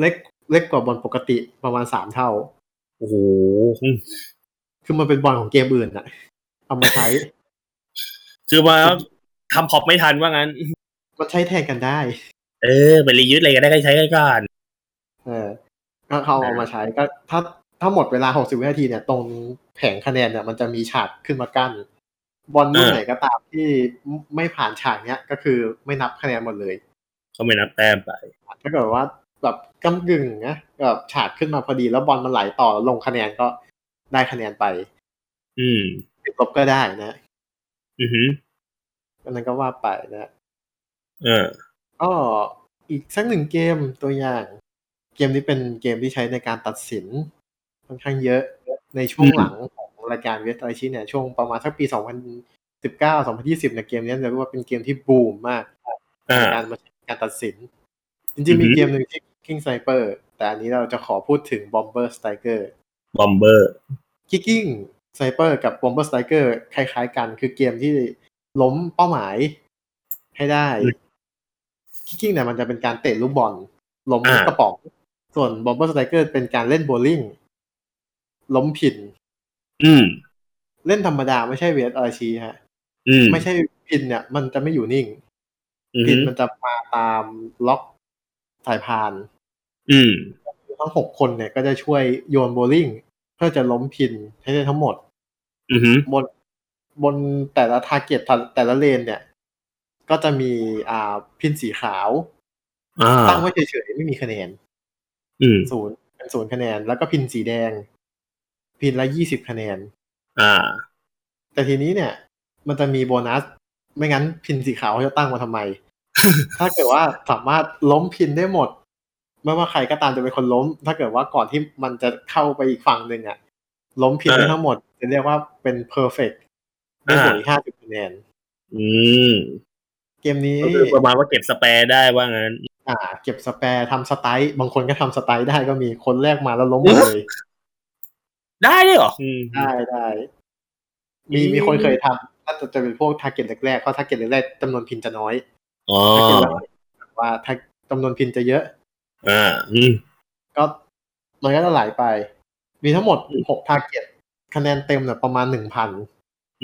Speaker 3: เล็กเล็กกว่าบอลปกติประมาณสามเท่า
Speaker 2: โอ้โหอืม
Speaker 3: คือมันเป็นบอลของเกมอื่นอะเอามาใช้
Speaker 2: คือมาทำพอปไม่ทันว่างั้น
Speaker 3: มันใช้แทนกันได้
Speaker 2: เออ ไปรียูสอะไรก็ได้ก็ใช้กันก่อน
Speaker 3: เออก็เขาเอามาใช้ก็ถ้าถ้าหมดเวลา 60 วินาทีเนี่ย ตรงแผงคะแนนเนี่ยมันจะมีฉากขึ้นมากั้น บอลลูก
Speaker 2: เออ
Speaker 3: ไหนก็ตามที่ไม่ผ่านฉากเนี้ยก็คือไม่นับคะแนนหมดเลย
Speaker 2: เขาไม่นับแต้มไป
Speaker 3: ถ้าเกิดว่าแบบกำกึ่งนะแบบฉากขึ้นมาพอดีแล้วบอลมันไหลต่อลงคะแนนก็ได้คะแนนไป
Speaker 2: อืม
Speaker 3: ติดลบก็ได้นะ
Speaker 2: อือหือ
Speaker 3: อันนั้นก็ว่าไปนะ
Speaker 2: เออ
Speaker 3: ก็อีกสักหนึ่งเกมตัวอย่าง เกมนี้เป็นเกมที่ใช้ในการตัดสินค่อนข้างเยอะในช่วง
Speaker 2: อืม
Speaker 3: หลังของรายการเวสไอชิเนี่ยช่วงประมาณสักปี 2019 2020เนี่ยเกมนี้จะเรียกว่าเป็นเกมที่บูมมาก
Speaker 2: อ่า
Speaker 3: ในการมาใช้ในการตัดสิน จริงๆ มี
Speaker 2: อือฮึ
Speaker 3: เกมหนึ่งที่ King Sniper แต่อันนี้เราจะขอพูดถึง Bomber Striker
Speaker 2: บอมเบอร์
Speaker 3: Kicking Sniper กับ Bomber Striker คล้ายๆกัน คือเกมที่ล้มเป้าหมายให้ได้
Speaker 2: อืม
Speaker 3: Kicking เนี่ยมันจะเป็นการเตะลูกบอลล้ม
Speaker 2: อ่า
Speaker 3: กระป๋อง ส่วน Bomber Striker เป็นการเล่นโบว์ลิ่งล้มผิน
Speaker 2: อืม
Speaker 3: เล่นธรรมดาไม่ใช่เวทอาชีฮะ
Speaker 2: อืม
Speaker 3: ไม่ใช่พินเนี่ย มันจะไม่อยู่นิ่ง
Speaker 2: อือ
Speaker 3: พิ
Speaker 2: หื
Speaker 3: น
Speaker 2: อ
Speaker 3: มันจะมาตามล็อกสายพาน
Speaker 2: อืม
Speaker 3: ทั้งหกคนเนี่ยก็จะช่วยโยนโบว์ลิ่งเพื่อจะล้มพินให้ได้ทั้งหมด
Speaker 2: อือหือบ
Speaker 3: น บนแต่ละทาร์เก็ตแต่ละเลนเนี่ย ก็จะมีอ่าพินสีขาว
Speaker 2: อ่า
Speaker 3: ตั้งไว้เฉยๆไม่มีคะแนน
Speaker 2: อืม
Speaker 3: ศูนย์เป็นศูนย์คะแนน แล้วก็พินสีแดง พินละยี่สิบคะแนน
Speaker 2: อ่า
Speaker 3: แต่ทีนี้เนี่ย มันจะมีโบนัส ไม่งั้นพินสีขาวเขาจะตั้งมา ทำไม ถ้าเกิดว่าสามารถล้มพินได้หมด ไม่ว่าใครก็ตามจะเป็นคนล้ม ถ้าเกิดว่าก่อนที่มันจะเข้าไปอีกฝั่งหนึ่งอะล้มพินได้
Speaker 2: เออ
Speaker 3: ทั้งหมด จะเรียกว่าเป็น perfect ได้บวก
Speaker 2: อ่า
Speaker 3: อีกห้าสิบคะแนน
Speaker 2: อืม
Speaker 3: เกมนี้
Speaker 2: ก็คือประมาณว่าเก็บสแปร์ได้ว่างั้น
Speaker 3: อ่า เก็บสแปร์ทำสไตล์บางคนก็ทำสไตล์ได้ก็มีคนแรกมาแล้วล้มหมดเลย
Speaker 2: ได้ด้วยเหรออืม
Speaker 3: ได้ได้ มี
Speaker 2: อืม
Speaker 3: มีคนเคยทำน่าจะจะเป็นพวกทาร์เก็ตแรกๆเพราะทาร์เก็ตแรกๆจำนวนพินจะน้อย
Speaker 2: อ๋อ
Speaker 3: ทาร์เก็ตหลังๆแบบว่าถ้าจำนวนพินจะเยอะ
Speaker 2: อ่าอืม
Speaker 3: ก็มันก็จะไหลไป มีทั้งหมดหกทาร์เก็ตคะแนนเต็มเนี่ยประมาณหนึ่งพัน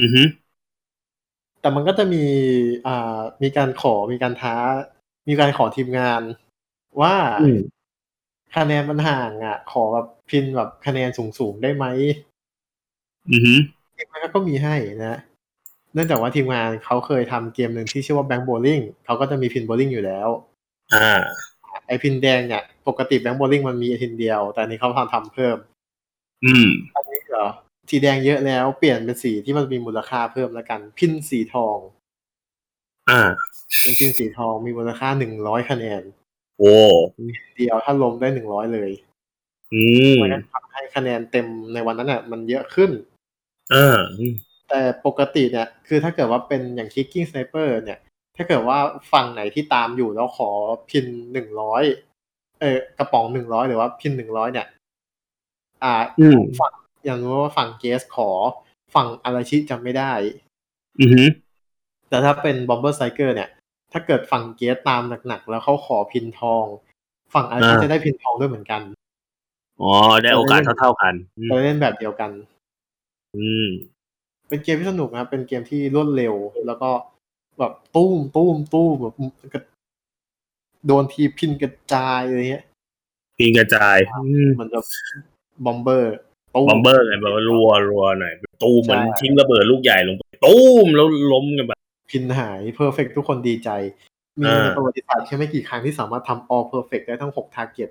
Speaker 2: อือฮึ
Speaker 3: แต่มันก็จะมีอ่ามีการขอมีการท้า มีการขอทีมงาน ว่า
Speaker 2: อืม
Speaker 3: คะแนนมันห่างอ่ะ ขอแบบพินแบบคะแนนสูงๆได้ไหม
Speaker 2: อือฮึ
Speaker 3: ทีมงานก็มีให้นะ เนื่องจากว่าทีมงานเขาเคยทำเกมหนึ่งที่ชื่อว่าแบง k ์โบลิ่งเขาก็จะมีพินโบลิ่งอยู่แล้ว
Speaker 2: อ่า
Speaker 3: ไอพินแดงเนี่ยปกติแบง k ์โบลิ่งมันมีพินเดียว แต่อันนี้เขาทำทำเพิ่ม
Speaker 2: อืม
Speaker 3: อันนี้เหรอสีแดงเยอะแล้วเปลี่ยนเป็นสีที่มันมีมูลค่าเพิ่มแล้วกัน พินสีทอง
Speaker 2: อ่า
Speaker 3: เป็นพินสีทองมีมูลค่าหนึ่งร้อยคะแนน
Speaker 2: โอ้
Speaker 3: เดียวถ้าล้มได้หนึ่งร้อยเลย
Speaker 2: อืม
Speaker 3: มันก็ทำให้คะแนนเต็มในวันนั้นอ่ะมันเยอะขึ้น
Speaker 2: อ่าอืม
Speaker 3: แต่ปกติเนี่ย คือถ้าเกิดว่าเป็นอย่างคิกกิ้งสไนเปอร์เนี่ย ถ้าเกิดว่าฝั่งไหนที่ตามอยู่แล้วขอพินหนึ่งร้อยเออกระป๋องหนึ่งร้อยหรือว่าพินหนึ่งร้อยเนี่ย อ่า
Speaker 2: อืม
Speaker 3: อย่างรู้ว่าฝั่งเกสขอฝั่งอาราชิจำไม่ได้
Speaker 2: อือฮึ
Speaker 3: แต่ถ้าเป็นบอมเบอร์ไซเกอร์เนี่ย ถ้าเกิดฝั่งเกสตามหนักๆ แล้วเขาขอพินทอง ฝั่งอาราชิจะได้พินทองด้วยเหมือนกัน
Speaker 2: อ๋อ ได้โอกาสเท่าๆกัน อืม
Speaker 3: จะเล่นแบบเดียวกัน
Speaker 2: อืม
Speaker 3: เป็นเกมที่สนุกนะครับเป็นเกมที่รวดเร็ว แล้วก็แบบตู้มตู้มตู้มแบบกระโดนทีพินกระจายอะไรเงี้ย
Speaker 2: พิงกระจายอืม
Speaker 3: เหมันจะบอมเบอร์ตู้ม
Speaker 2: บอมเบอร์ไงแบบว่ารัวรัวหน่อย ตูมเหมือน
Speaker 3: ใช่
Speaker 2: ทิ้งระเบิดลูกใหญ่ลงไป ตูมแล้วล้มกันแบบ
Speaker 3: พินหายเพอร์เฟกทุกคนดีใจ มี
Speaker 2: อ่า
Speaker 3: ในประวัติศาสตร์แค่ไม่กี่ครั้งที่สามารถทำ all perfect ได้ทั้งหกทาร์เก็ต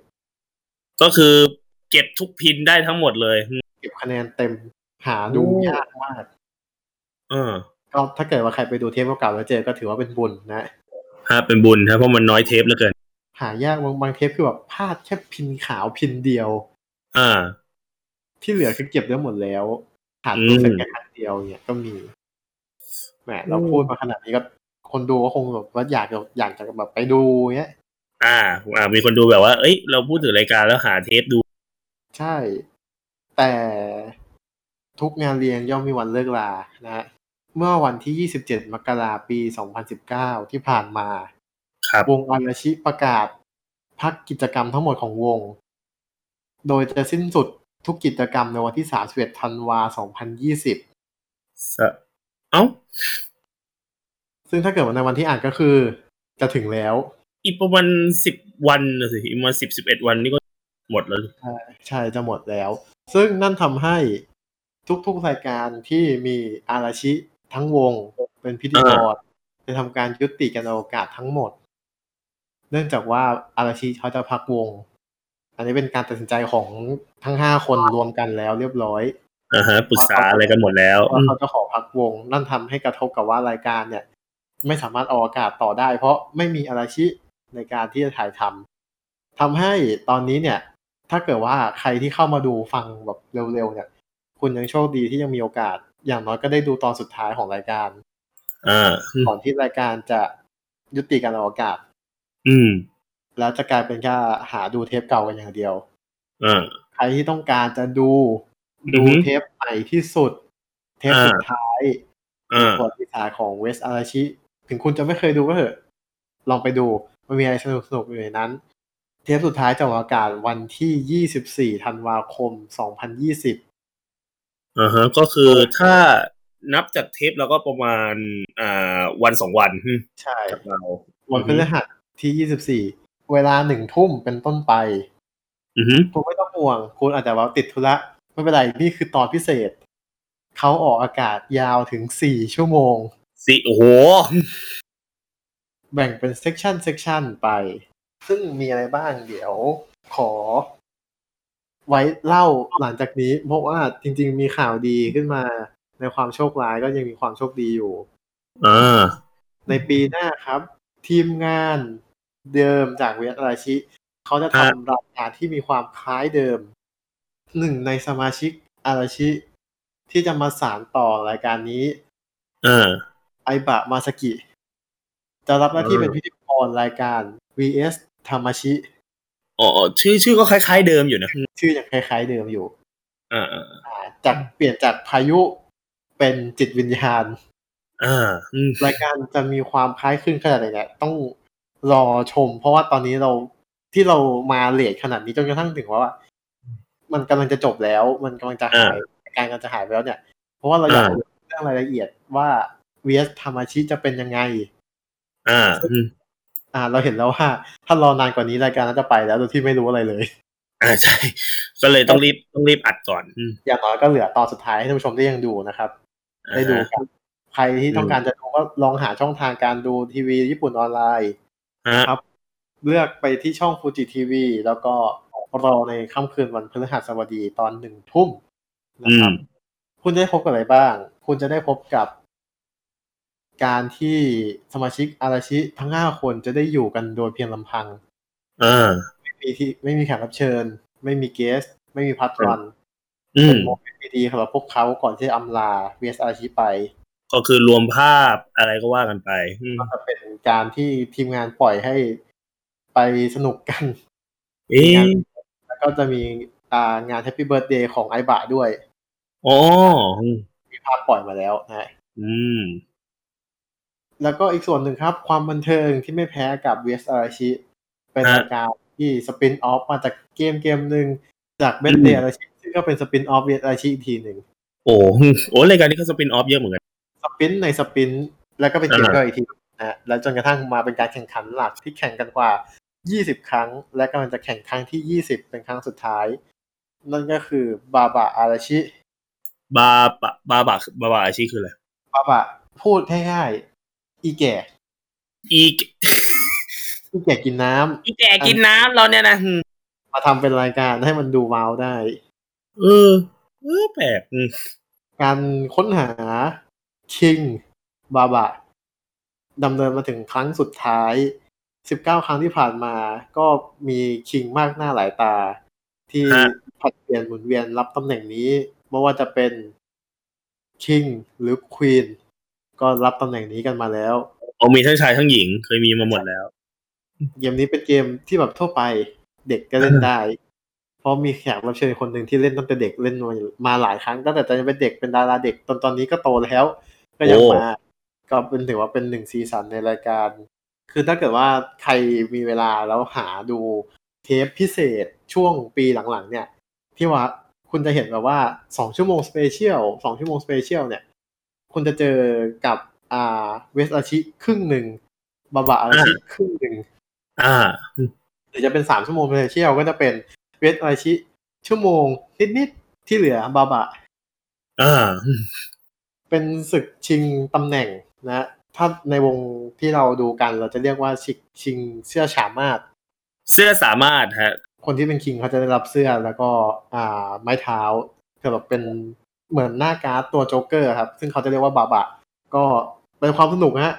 Speaker 2: ก็คือเก็บทุกพินได้ทั้งหมดเลยอืม
Speaker 3: เก็บคะแนนเต็มหาดู
Speaker 2: โอ้
Speaker 3: ยากมาก
Speaker 2: อ่า
Speaker 3: ก็ถ้าเกิดว่าใครไปดูเทปเก่าๆแล้วเจอก็ถือว่าเป็นบุญนะ
Speaker 2: ฮะเป็นบุญนะเพราะมันน้อยเทปเหลือเกิน
Speaker 3: หายากบางบางเทปคือแบบพลาดแค่พินขาวพินเดียว
Speaker 2: อ่า
Speaker 3: ที่เหลือคือเก็บได้หมดแล้วขาด
Speaker 2: อืม
Speaker 3: เพอร์เฟกต์แค่ครั้งเดียวเนี่ยก็มีแหมเรา
Speaker 2: อืม
Speaker 3: พูดมาขนาดนี้ก็คนดูก็คงแบบว่าอยากจะอยากจะแบบไปดูเงี้ย
Speaker 2: อ่า อ่า มีคนดูแบบว่า เอ้ย เราพูดถึงรายการแล้วหาเทปดู
Speaker 3: ใช่ แต่ทุกงานเลี้ยงย่อมมีวันเลิกลานะฮะเมื่อวันที่ 27 มกราปี 2019 ที่ผ่านมา
Speaker 2: ครับ
Speaker 3: วงอาราชิประกาศ พักกิจกรรมทั้งหมดของวง โดยจะสิ้นสุดทุกกิจกรรมในวันที่ 31 ธันวา 2020
Speaker 2: สะเอ้า
Speaker 3: ซึ่งถ้าเกิดว่าในวันที่อ่านก็คือจะถึงแล้ว
Speaker 2: อีกประมาณสิบวันนะสิอีกประมาณสิบสิบเอ็ดวันนี่ก็หมดแล้ว
Speaker 3: ใช่จะหมดแล้ว ซึ่งนั่นทำให้ทุกๆรายการที่มีอาราชิทั้งวงเป็นพิธีกรจะทำการยุติการออกอากาศทั้งหมด เนื่องจากว่าอาราชิเขาจะพักวง อันนี้เป็นการตัดสินใจของทั้งห้าคนรวมกันแล้วเรียบร้อย
Speaker 2: อ่าฮะ ปรึกษาอะไรกันหมดแล้ว
Speaker 3: ว่าเขาจะขอพักวง นั่นทำให้กระทบกับว่ารายการเนี่ย ไม่สามารถออกอากาศต่อได้ เพราะไม่มีอาราชิในการที่จะถ่ายทำทำให้ตอนนี้เนี่ย ถ้าเกิดว่าใครที่เข้ามาดูฟังแบบเร็วๆเนี่ย คุณยังโชคดีที่ยังมีโอกาส อย่างน้อยก็ได้ดูตอนสุดท้ายของรายการ
Speaker 2: อ่า อืม
Speaker 3: ก่อนที่รายการจะยุติการออกอากาศ
Speaker 2: อืม
Speaker 3: แล้วจะกลายเป็นแค่หาดูเทปเก่ากันอย่างเดียว
Speaker 2: อ่า
Speaker 3: ใครที่ต้องการจะดู
Speaker 2: อื
Speaker 3: ดู
Speaker 2: อฮึ
Speaker 3: เทปใหม่ที่สุด เทปสุด
Speaker 2: อ่า
Speaker 3: ท้าย
Speaker 2: อ่า
Speaker 3: ประวัติศาสตร์ของเวสอาราชิ ถึงคุณจะไม่เคยดูก็เถอะ ลองไปดู มันมีอะไรสนุกๆอยู่ในนั้น เทปสุดท้ายจะออกอากาศวันที่ 24 ธันวาคม 2020
Speaker 2: อ่าฮะ ก็คือถ้านับจากเทปเราก็ประมาณ อ่า วันสองวันอืม
Speaker 3: ใช่
Speaker 2: จากเรา
Speaker 3: วันพฤหัสที่ 24 เวลาหนึ่งทุ่มเป็นต้นไป
Speaker 2: อือฮึ
Speaker 3: คุณไม่ต้องห่วง คุณอาจจะว่าติดธุระ ไม่เป็นไร นี่คือตอนพิเศษ เขาออกอากาศยาวถึงสี่ชั่วโมง
Speaker 2: สิโอ้โห
Speaker 3: แบ่งเป็นเซกชันเซกชันไป ซึ่งมีอะไรบ้างเดี๋ยว ขอ ไว้เล่าหลังจากนี้ เพราะว่าจริง ๆ มีข่าวดีขึ้นมา ในความโชคร้ายก็ยังมีความโชคดีอยู่
Speaker 2: อ่า
Speaker 3: ในปีหน้าครับ ทีมงานเดิมจากเวียดอาราชิ เขาจะ
Speaker 2: ครับ
Speaker 3: ทำรายการที่มีความคล้ายเดิม หนึ่งในสมาชิกอาราชิ ที่จะมาสานต่อรายการนี้
Speaker 2: อ่า
Speaker 3: ไอบะมาสกิ จะรับหน้าที่
Speaker 2: เออ
Speaker 3: เป็นพิธีกรรายการ vs ธรรมชิ
Speaker 2: อ๋อชื่อชื่อก็คล้ายๆเดิมอยู่นะ
Speaker 3: ชื่อยังคล้ายๆเดิมอยู่
Speaker 2: อ่าอ่า
Speaker 3: อ่าจากเปลี่ยนจากพายุเป็นจิตวิญญาณ
Speaker 2: อ่าอืม
Speaker 3: รายการจะมีความคล้ายคลึงขนาดไหนเนี่ยต้องรอชม เพราะว่าตอนนี้เราที่เรามาเลทขนาดนี้จนกระทั่งถึงว่า มันกำลังจะจบแล้ว มันกำลังจะหายรายการกำลังจะหายไปแล้วเนี่ย เพราะว่าเราอยากรู้เรื่องรายละเอียดว่าเวสธรรมชิจะเป็นยังไง
Speaker 2: อ่าอืม
Speaker 3: อ่า เราเห็นแล้วว่า ถ้ารอนานกว่านี้รายการน่าจะไปแล้วโดยที่ไม่รู้อะไรเลย
Speaker 2: อ่าใช่ ก็เลยต้องรีบต้องรีบอัดก่อนอืม
Speaker 3: อย่างน้อยก็เหลือตอนสุดท้ายให้ท่านผู้ชมได้ยังดูนะครับ ได้ดูกัน ใครที่ต้องการจะดูก็ลองหาช่องทางการดูทีวีญี่ปุ่นออนไลน์
Speaker 2: อ่าฮะ
Speaker 3: ครับ เลือกไปที่ช่องฟูจิทีวีแล้วก็รอในค่ำคืนวันพฤหัสบดีตอนหนึ่งทุ่มนะ
Speaker 2: อื
Speaker 3: ครั
Speaker 2: ม
Speaker 3: บ คุณจะได้พบกับอะไรบ้าง คุณจะได้พบกับ การที่สมาชิกอาราชิทั้งห้าคนจะได้อยู่กันโดยเพียงลำพัง
Speaker 2: อ่า
Speaker 3: ไม่มีที่ไม่มีแขกรับเชิญ ไม่มีเกส ไม่มีพัทรอน
Speaker 2: อืม
Speaker 3: เป็นโมเมนต์ดีๆสำหรับพวกเขาก่อนที่จะอำลาเวสอาราชิไป
Speaker 2: ก็คือรวมภาพอะไรก็ว่ากันไปอืม
Speaker 3: ก็จะเป็นการที่ทีมงานปล่อยให้ไปสนุกกัน
Speaker 2: เอ๊ะ
Speaker 3: แล้วก็จะมีอ่างาน Happy Birthday ของไอบะด้วย
Speaker 2: อ๋ออืม
Speaker 3: มีภาพปล่อยมาแล้วนะ
Speaker 2: อืม
Speaker 3: แล้วก็อีกส่วนหนึ่งครับ ความบันเทิงที่ไม่แพ้กับ VS อาราชิ เป็น
Speaker 2: ฮะ
Speaker 3: รายการที่สปินออฟมาจากเกมเกมหนึ่งจากเบนเด
Speaker 2: อืม
Speaker 3: อาราชิซึ่งก็เป็นสปินออฟ VS อาราชิอีกทีหนึ่ง
Speaker 2: โอ้โอ้รายการนี้เขาสปินออฟเยอะเหมือนกัน
Speaker 3: สปินในสปินแล้วก็เป็นเกม
Speaker 2: อ่า
Speaker 3: ย่อยอีกทีนะแล้วจนกระทั่งมาเป็นการแข่งขันหลักที่แข่งกันกว่า 20 ครั้ง และกำลังจะแข่งครั้งที่ 20 เป็นครั้งสุดท้าย นั่นก็คือบาบาอาราชิ
Speaker 2: บาบะบาบะคือบาบะอาชีพคืออะไร
Speaker 3: บาบะพูดง่ายๆอีแก่
Speaker 2: อีก
Speaker 3: อีแก่กินน้ำ
Speaker 2: อีแกกินน้ำเราเนี่ยนะอืม
Speaker 3: มาทำเป็นรายการให้มันดูว้าวได้
Speaker 2: เออเออแปลกอืม
Speaker 3: การค้นหาคิงบาบะดำเนินมาถึงครั้งสุดท้าย 19 ครั้งที่ผ่านมาก็มีคิงมากหน้าหลายตา ที่ผลัดเปลี่ยนหมุนเวียนรับตำแหน่งนี้ไม่ว่าจะเป็นคิงหรือควีนก็รับตำแหน่งนี้กันมาแล้ว
Speaker 2: เอามีทั้งชายทั้งหญิงเคยมีมาหมดแล้ว
Speaker 3: เกมนี้เป็นเกมที่แบบทั่วไปเด็กก็เล่นได้ เพราะมีแขกรับเชิญคนหนึ่งที่เล่นตั้งแต่เด็กเล่นมามาหลายครั้งตั้งแต่ตอนยังเป็นเด็กเป็นดาราเด็กตอนตอนนี้ก็โตแล้ว ก็ยัง
Speaker 2: โอ้
Speaker 3: มาก็เป็นถือว่าเป็นหนึ่งซีซันในรายการ คือถ้าเกิดว่าใครมีเวลาแล้วหาดูเทปพิเศษช่วงปีหลังๆ เนี่ย ที่ว่าคุณจะเห็นแบบว่าสองชั่วโมงสเปเชียลสองชั่วโมงสเปเชียลเนี่ย คุณจะเจอกับอ่าเวสอาชิครึ่งหนึ่งบาบาอาชิครึ่งหนึ่ง
Speaker 2: อ่า
Speaker 3: หรือจะเป็นสามชั่วโมงเป็นเชียลก็จะเป็นเวทอาชิชั่วโมงนิดๆที่เหลือบาบะ
Speaker 2: อ่า
Speaker 3: เป็นศึกชิงตำแหน่งนะ ถ้าในวงที่เราดูกันเราจะเรียกว่าชิงชิงเสื้อฉามาด
Speaker 2: เสื้อสามารถฮะ
Speaker 3: คนที่เป็นคิงเขาจะได้รับเสื้อแล้วก็อ่าไม้เท้าคือแบบเป็นเหมือนหน้าการ์ดตัวโจ๊กเกอร์ครับ ซึ่งเขาจะเรียกว่าบาบะ ก็เป็นความสนุกนะฮะ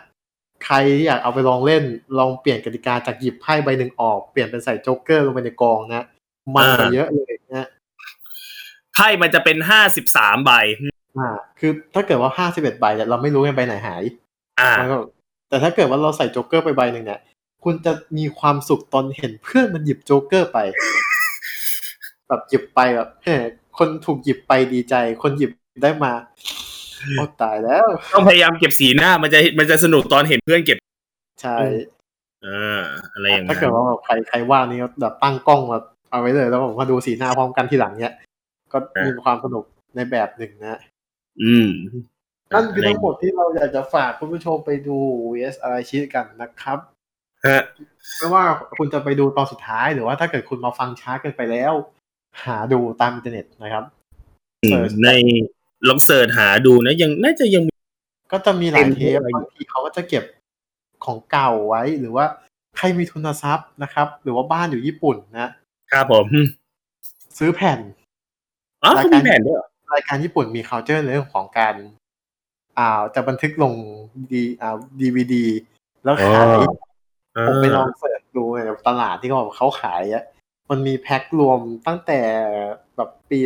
Speaker 3: ใครที่อยากเอาไปลองเล่นลองเปลี่ยนกติกาจากหยิบไพ่ใบหนึ่งออกเปลี่ยนเป็นใส่โจ๊กเกอร์ลงไปในกองนะ มันไปเยอะเลยนะ
Speaker 2: ไพ่มันจะเป็นห้าสิบสามใบ
Speaker 3: อ่า คือถ้าเกิดว่าห้าสิบเอ็ดใบเนี่ยเราไม่รู้ไงใบไหนหาย
Speaker 2: อ่า
Speaker 3: มันก็แต่ถ้าเกิดว่าเราใส่โจ๊กเกอร์ไปใบหนึ่งเนี่ย คุณจะมีความสุขตอนเห็นเพื่อนมันหยิบโจ๊กเกอร์ไป แบบหยิบไปแบบเฮ้ยคนถูกหยิบไปดีใจ คนหยิบได้ มา โอ้ตายแล้ว
Speaker 2: ต้องพยายามเก็บสีหน้ามันจะมันจะสนุกตอนเห็นเพื่อนเก็บ
Speaker 3: ใช่
Speaker 2: อืม อ่าอะไรอย่าง
Speaker 3: ถ้า
Speaker 2: นั้น
Speaker 3: เกิดว่าแบบใครใครว่างนี่ก็แบบตั้งกล้องมาเอาไว้เลยแล้วผมมาดูสีหน้าพร้อมกันทีหลังเนี่ย ก็มีความสนุกในแบบหนึ่งนะ
Speaker 2: อืม
Speaker 3: นั่นคือทั้งหมดที่เราอยากจะฝากคุณผู้ชมไปดู VS อาราชิกันนะครับ
Speaker 2: ฮะ
Speaker 3: ไม่ว่าคุณจะไปดูตอนสุดท้ายหรือว่าถ้าเกิดคุณมาฟังช้าเกินไปแล้ว หาดูตามอินเทอร์เน็ตนะครับ
Speaker 2: อืม
Speaker 3: Search
Speaker 2: ใน ลองเสิร์ชหาดูนะยังน่าจะยังมี
Speaker 3: ก็จะมีหลายเท
Speaker 2: เต็มที่
Speaker 3: ป
Speaker 2: อะไรอยู่
Speaker 3: บางทีเขาก็จะเก็บของเก่าไว้หรือว่าใครมีทุนทรัพย์นะครับ หรือว่าบ้านอยู่ญี่ปุ่นนะครับ
Speaker 2: ผม
Speaker 3: ซื้อแผ่น
Speaker 2: อ๋อเขามีแผนด้วยเหรอ
Speaker 3: รายการญี่ปุ่นมี culture ในเรื่องของการ อ่าจะบันทึกลงดีอ่าดีวดีแล้วขาย
Speaker 2: อ๋อ
Speaker 3: ผมไปลองเสิร์ชดูในตลาดที่เขาบอกว่าเขาขายอะมันมีแพ็ครวมตั้งแต่แบบปี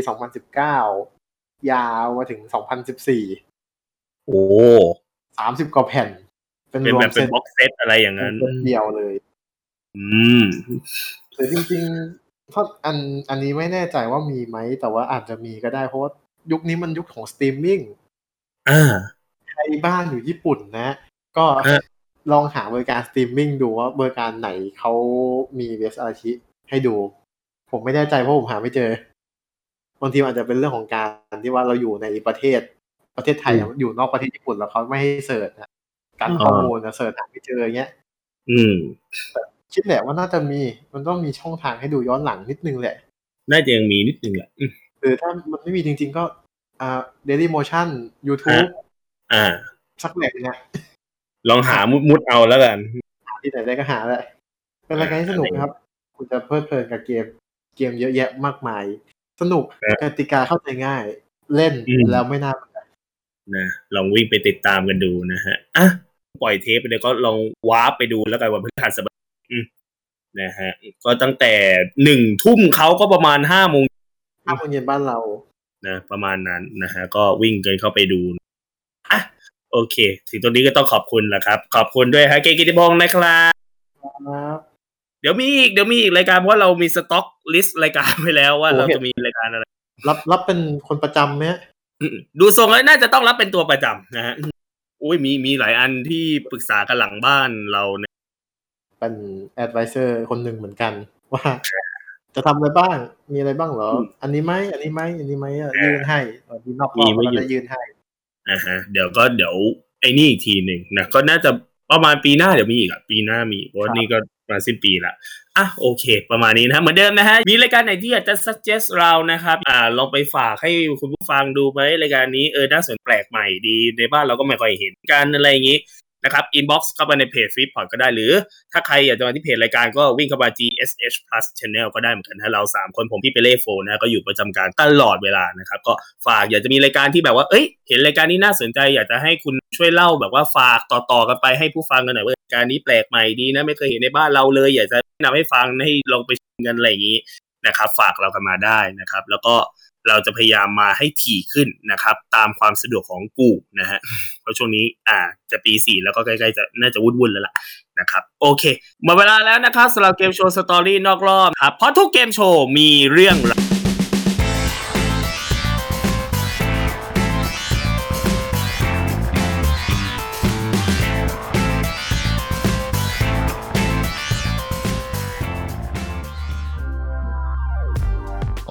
Speaker 3: 2019 ยาวมาถึง 2014
Speaker 2: โอ้
Speaker 3: 30 กว่าแผ่น เป็น
Speaker 2: เป็น
Speaker 3: รวม
Speaker 2: แบบเป็
Speaker 3: เซ็
Speaker 2: น
Speaker 3: ต
Speaker 2: บ็อกเซตอะไรอย่างนั้น
Speaker 3: เซ็ตเดียวเลย
Speaker 2: อืม
Speaker 3: หรือจริงๆถ้าอันอันนี้ไม่แน่ใจว่ามีไหม แต่ว่าอาจจะมีก็ได้ เพราะว่ายุคนี้มันยุคของสตรีมมิ่ง
Speaker 2: อ่า
Speaker 3: ใครบ้านอยู่ญี่ปุ่นนะ ก็
Speaker 2: ฮะ
Speaker 3: ลองหาบริการสตรีมมิ่งดูว่าบริการไหนเขามีเวสอาชิให้ดู ผมไม่แน่ใจเพราะผมหาไม่เจอบางทีมันอาจจะเป็นเรื่องของการที่ว่าเราอยู่ในประเทศประเทศไทยอะอยู่นอกประเทศญี่ปุ่นแล้วเขาไม่ให้เสิร์ชนะการข้อมูลนะเสิร์ชหาไม่เจออย่างเงี้ย
Speaker 2: อืม
Speaker 3: คิดแหละว่าน่าจะมีมันต้องมีช่องทางให้ดูย้อนหลังนิดนึงแหละ
Speaker 2: น่าจะยังมีนิดนึงแหละอืม
Speaker 3: หรือถ้ามันไม่มีจริง ๆ ก็อ่าเดลี่โมชั่นยูทูบ
Speaker 2: อ่า
Speaker 3: สักแหล่งเนี่ย
Speaker 2: ลองหามุดมุดๆเอาแล้วกัน
Speaker 3: ที่ไหนได้ก็หาแหละ เป็นรายการที่สนุกนะครับ คุณจะเพลิดเพลินกับเกม เกมเยอะแยะมากมาย สนุก
Speaker 2: ครับ
Speaker 3: กติกาเข้าใจง่าย เล่น
Speaker 2: อืม
Speaker 3: แล้วไม่น่า
Speaker 2: นะลองวิ่งไปติดตามกันดูนะฮะอ่ะปล่อยเทปไปเลยก็ลองว้าร์ปไปดูแล้วกันวันพฤหัสบดีอืมนะฮะ ก็ตั้งแต่หนึ่งทุ่มเขาก็ประมาณห้าโมง
Speaker 3: ห้าโมงเย็นบ้านเรา
Speaker 2: นะประมาณนั้นนะฮะ ก็วิ่งกันเข้าไปดูอ่ะโอเค ถึงตรงนี้ก็ต้องขอบคุณแหละครับ ขอบคุณด้วยฮะเกยรติกิติพงศ์นะครับ
Speaker 3: ครับ
Speaker 2: เดี๋ยวมีอีกเดี๋ยวมีอีกรายการเพราะว่าเรามีสต็อกลิสต์รายการไปแล้วว่าเราจะมีรายการอะไร
Speaker 3: รับรับเป็นคนประจำไหม
Speaker 2: อืมดูทรงแล้วน่าจะต้องรับเป็นตัวประจำนะฮะอุ้ยมีมีหลายอันที่ปรึกษากันหลังบ้านเรานะ
Speaker 3: เป็นแอดไวเซอร์คนหนึ่งเหมือนกัน ว่า จะทำอะไรบ้าง มีอะไรบ้างเหรอ
Speaker 2: อืม
Speaker 3: อันนี้ไหมอันนี้ไหมอันนี้ไหมอ่ะยื่นให้เออดีนอกร
Speaker 2: มี
Speaker 3: อบ
Speaker 2: ไว้อยู่
Speaker 3: แล้วยื่นให้
Speaker 2: อ่าฮะเดี๋ยวก็เดี๋ยวไอ้นี่อีกทีหนึ่งนะก็น่าจะประมาณปีหน้าเดี๋ยวมีอีกอะปีหน้ามีเพราะว่า
Speaker 3: ครับ
Speaker 2: นี่ก็มาสิ้นปีละอ่ะโอเค ประมาณนี้นะเหมือนเดิมนะฮะมีรายการไหนที่อยากจะ suggest เรานะครับ อ่าลองไปฝากให้คุณผู้ฟังดูไหมรายการนี้เออน่าสนแปลกใหม่ดีในบ้านเราก็ไม่ค่อยเห็นกันอะไรอย่างนี้นะครับ inbox เข้าไปในเพจฟีดพอดก็ได้หรือ ถ้าใครอยากจะมาที่เพจรายการก็วิ่งเข้ามา GSH Plus Channel ก็ได้เหมือนกันนะเรา 3 คนผมพี่เปเล่โฟนะก็อยู่ประจำการตลอดเวลานะครับ ก็ฝากอยากจะมีรายการที่แบบว่า เอ้ย เห็นรายการนี้น่าสนใจ อยากจะให้คุณช่วยเล่าแบบว่าฝากต่อๆกันไปให้ผู้ฟังกันหน่อยว่ารายการนี้แปลกใหม่ดีนะ ไม่เคยเห็นในบ้านเราเลย อยากจะแนะนำให้ฟังให้ลองไปชิมกันอะไรอย่างนี้นะครับ ฝากเรากันมาได้นะครับ แล้วก็เราจะพยายามมาให้ถี่ขึ้นนะครับ ตามความสะดวกของกูนะฮะเพราะช่วงนี้อ่าจะปีสี่แล้วก็ใกล้ๆจะน่าจะวุ่นๆแล้วล่ะ นะครับโอเคหมดเวลาแล้วนะครับสำหรับเกมโชว์สตอรี่นอกรอบครับเพราะทุกเกมโชว์มีเรื่องราว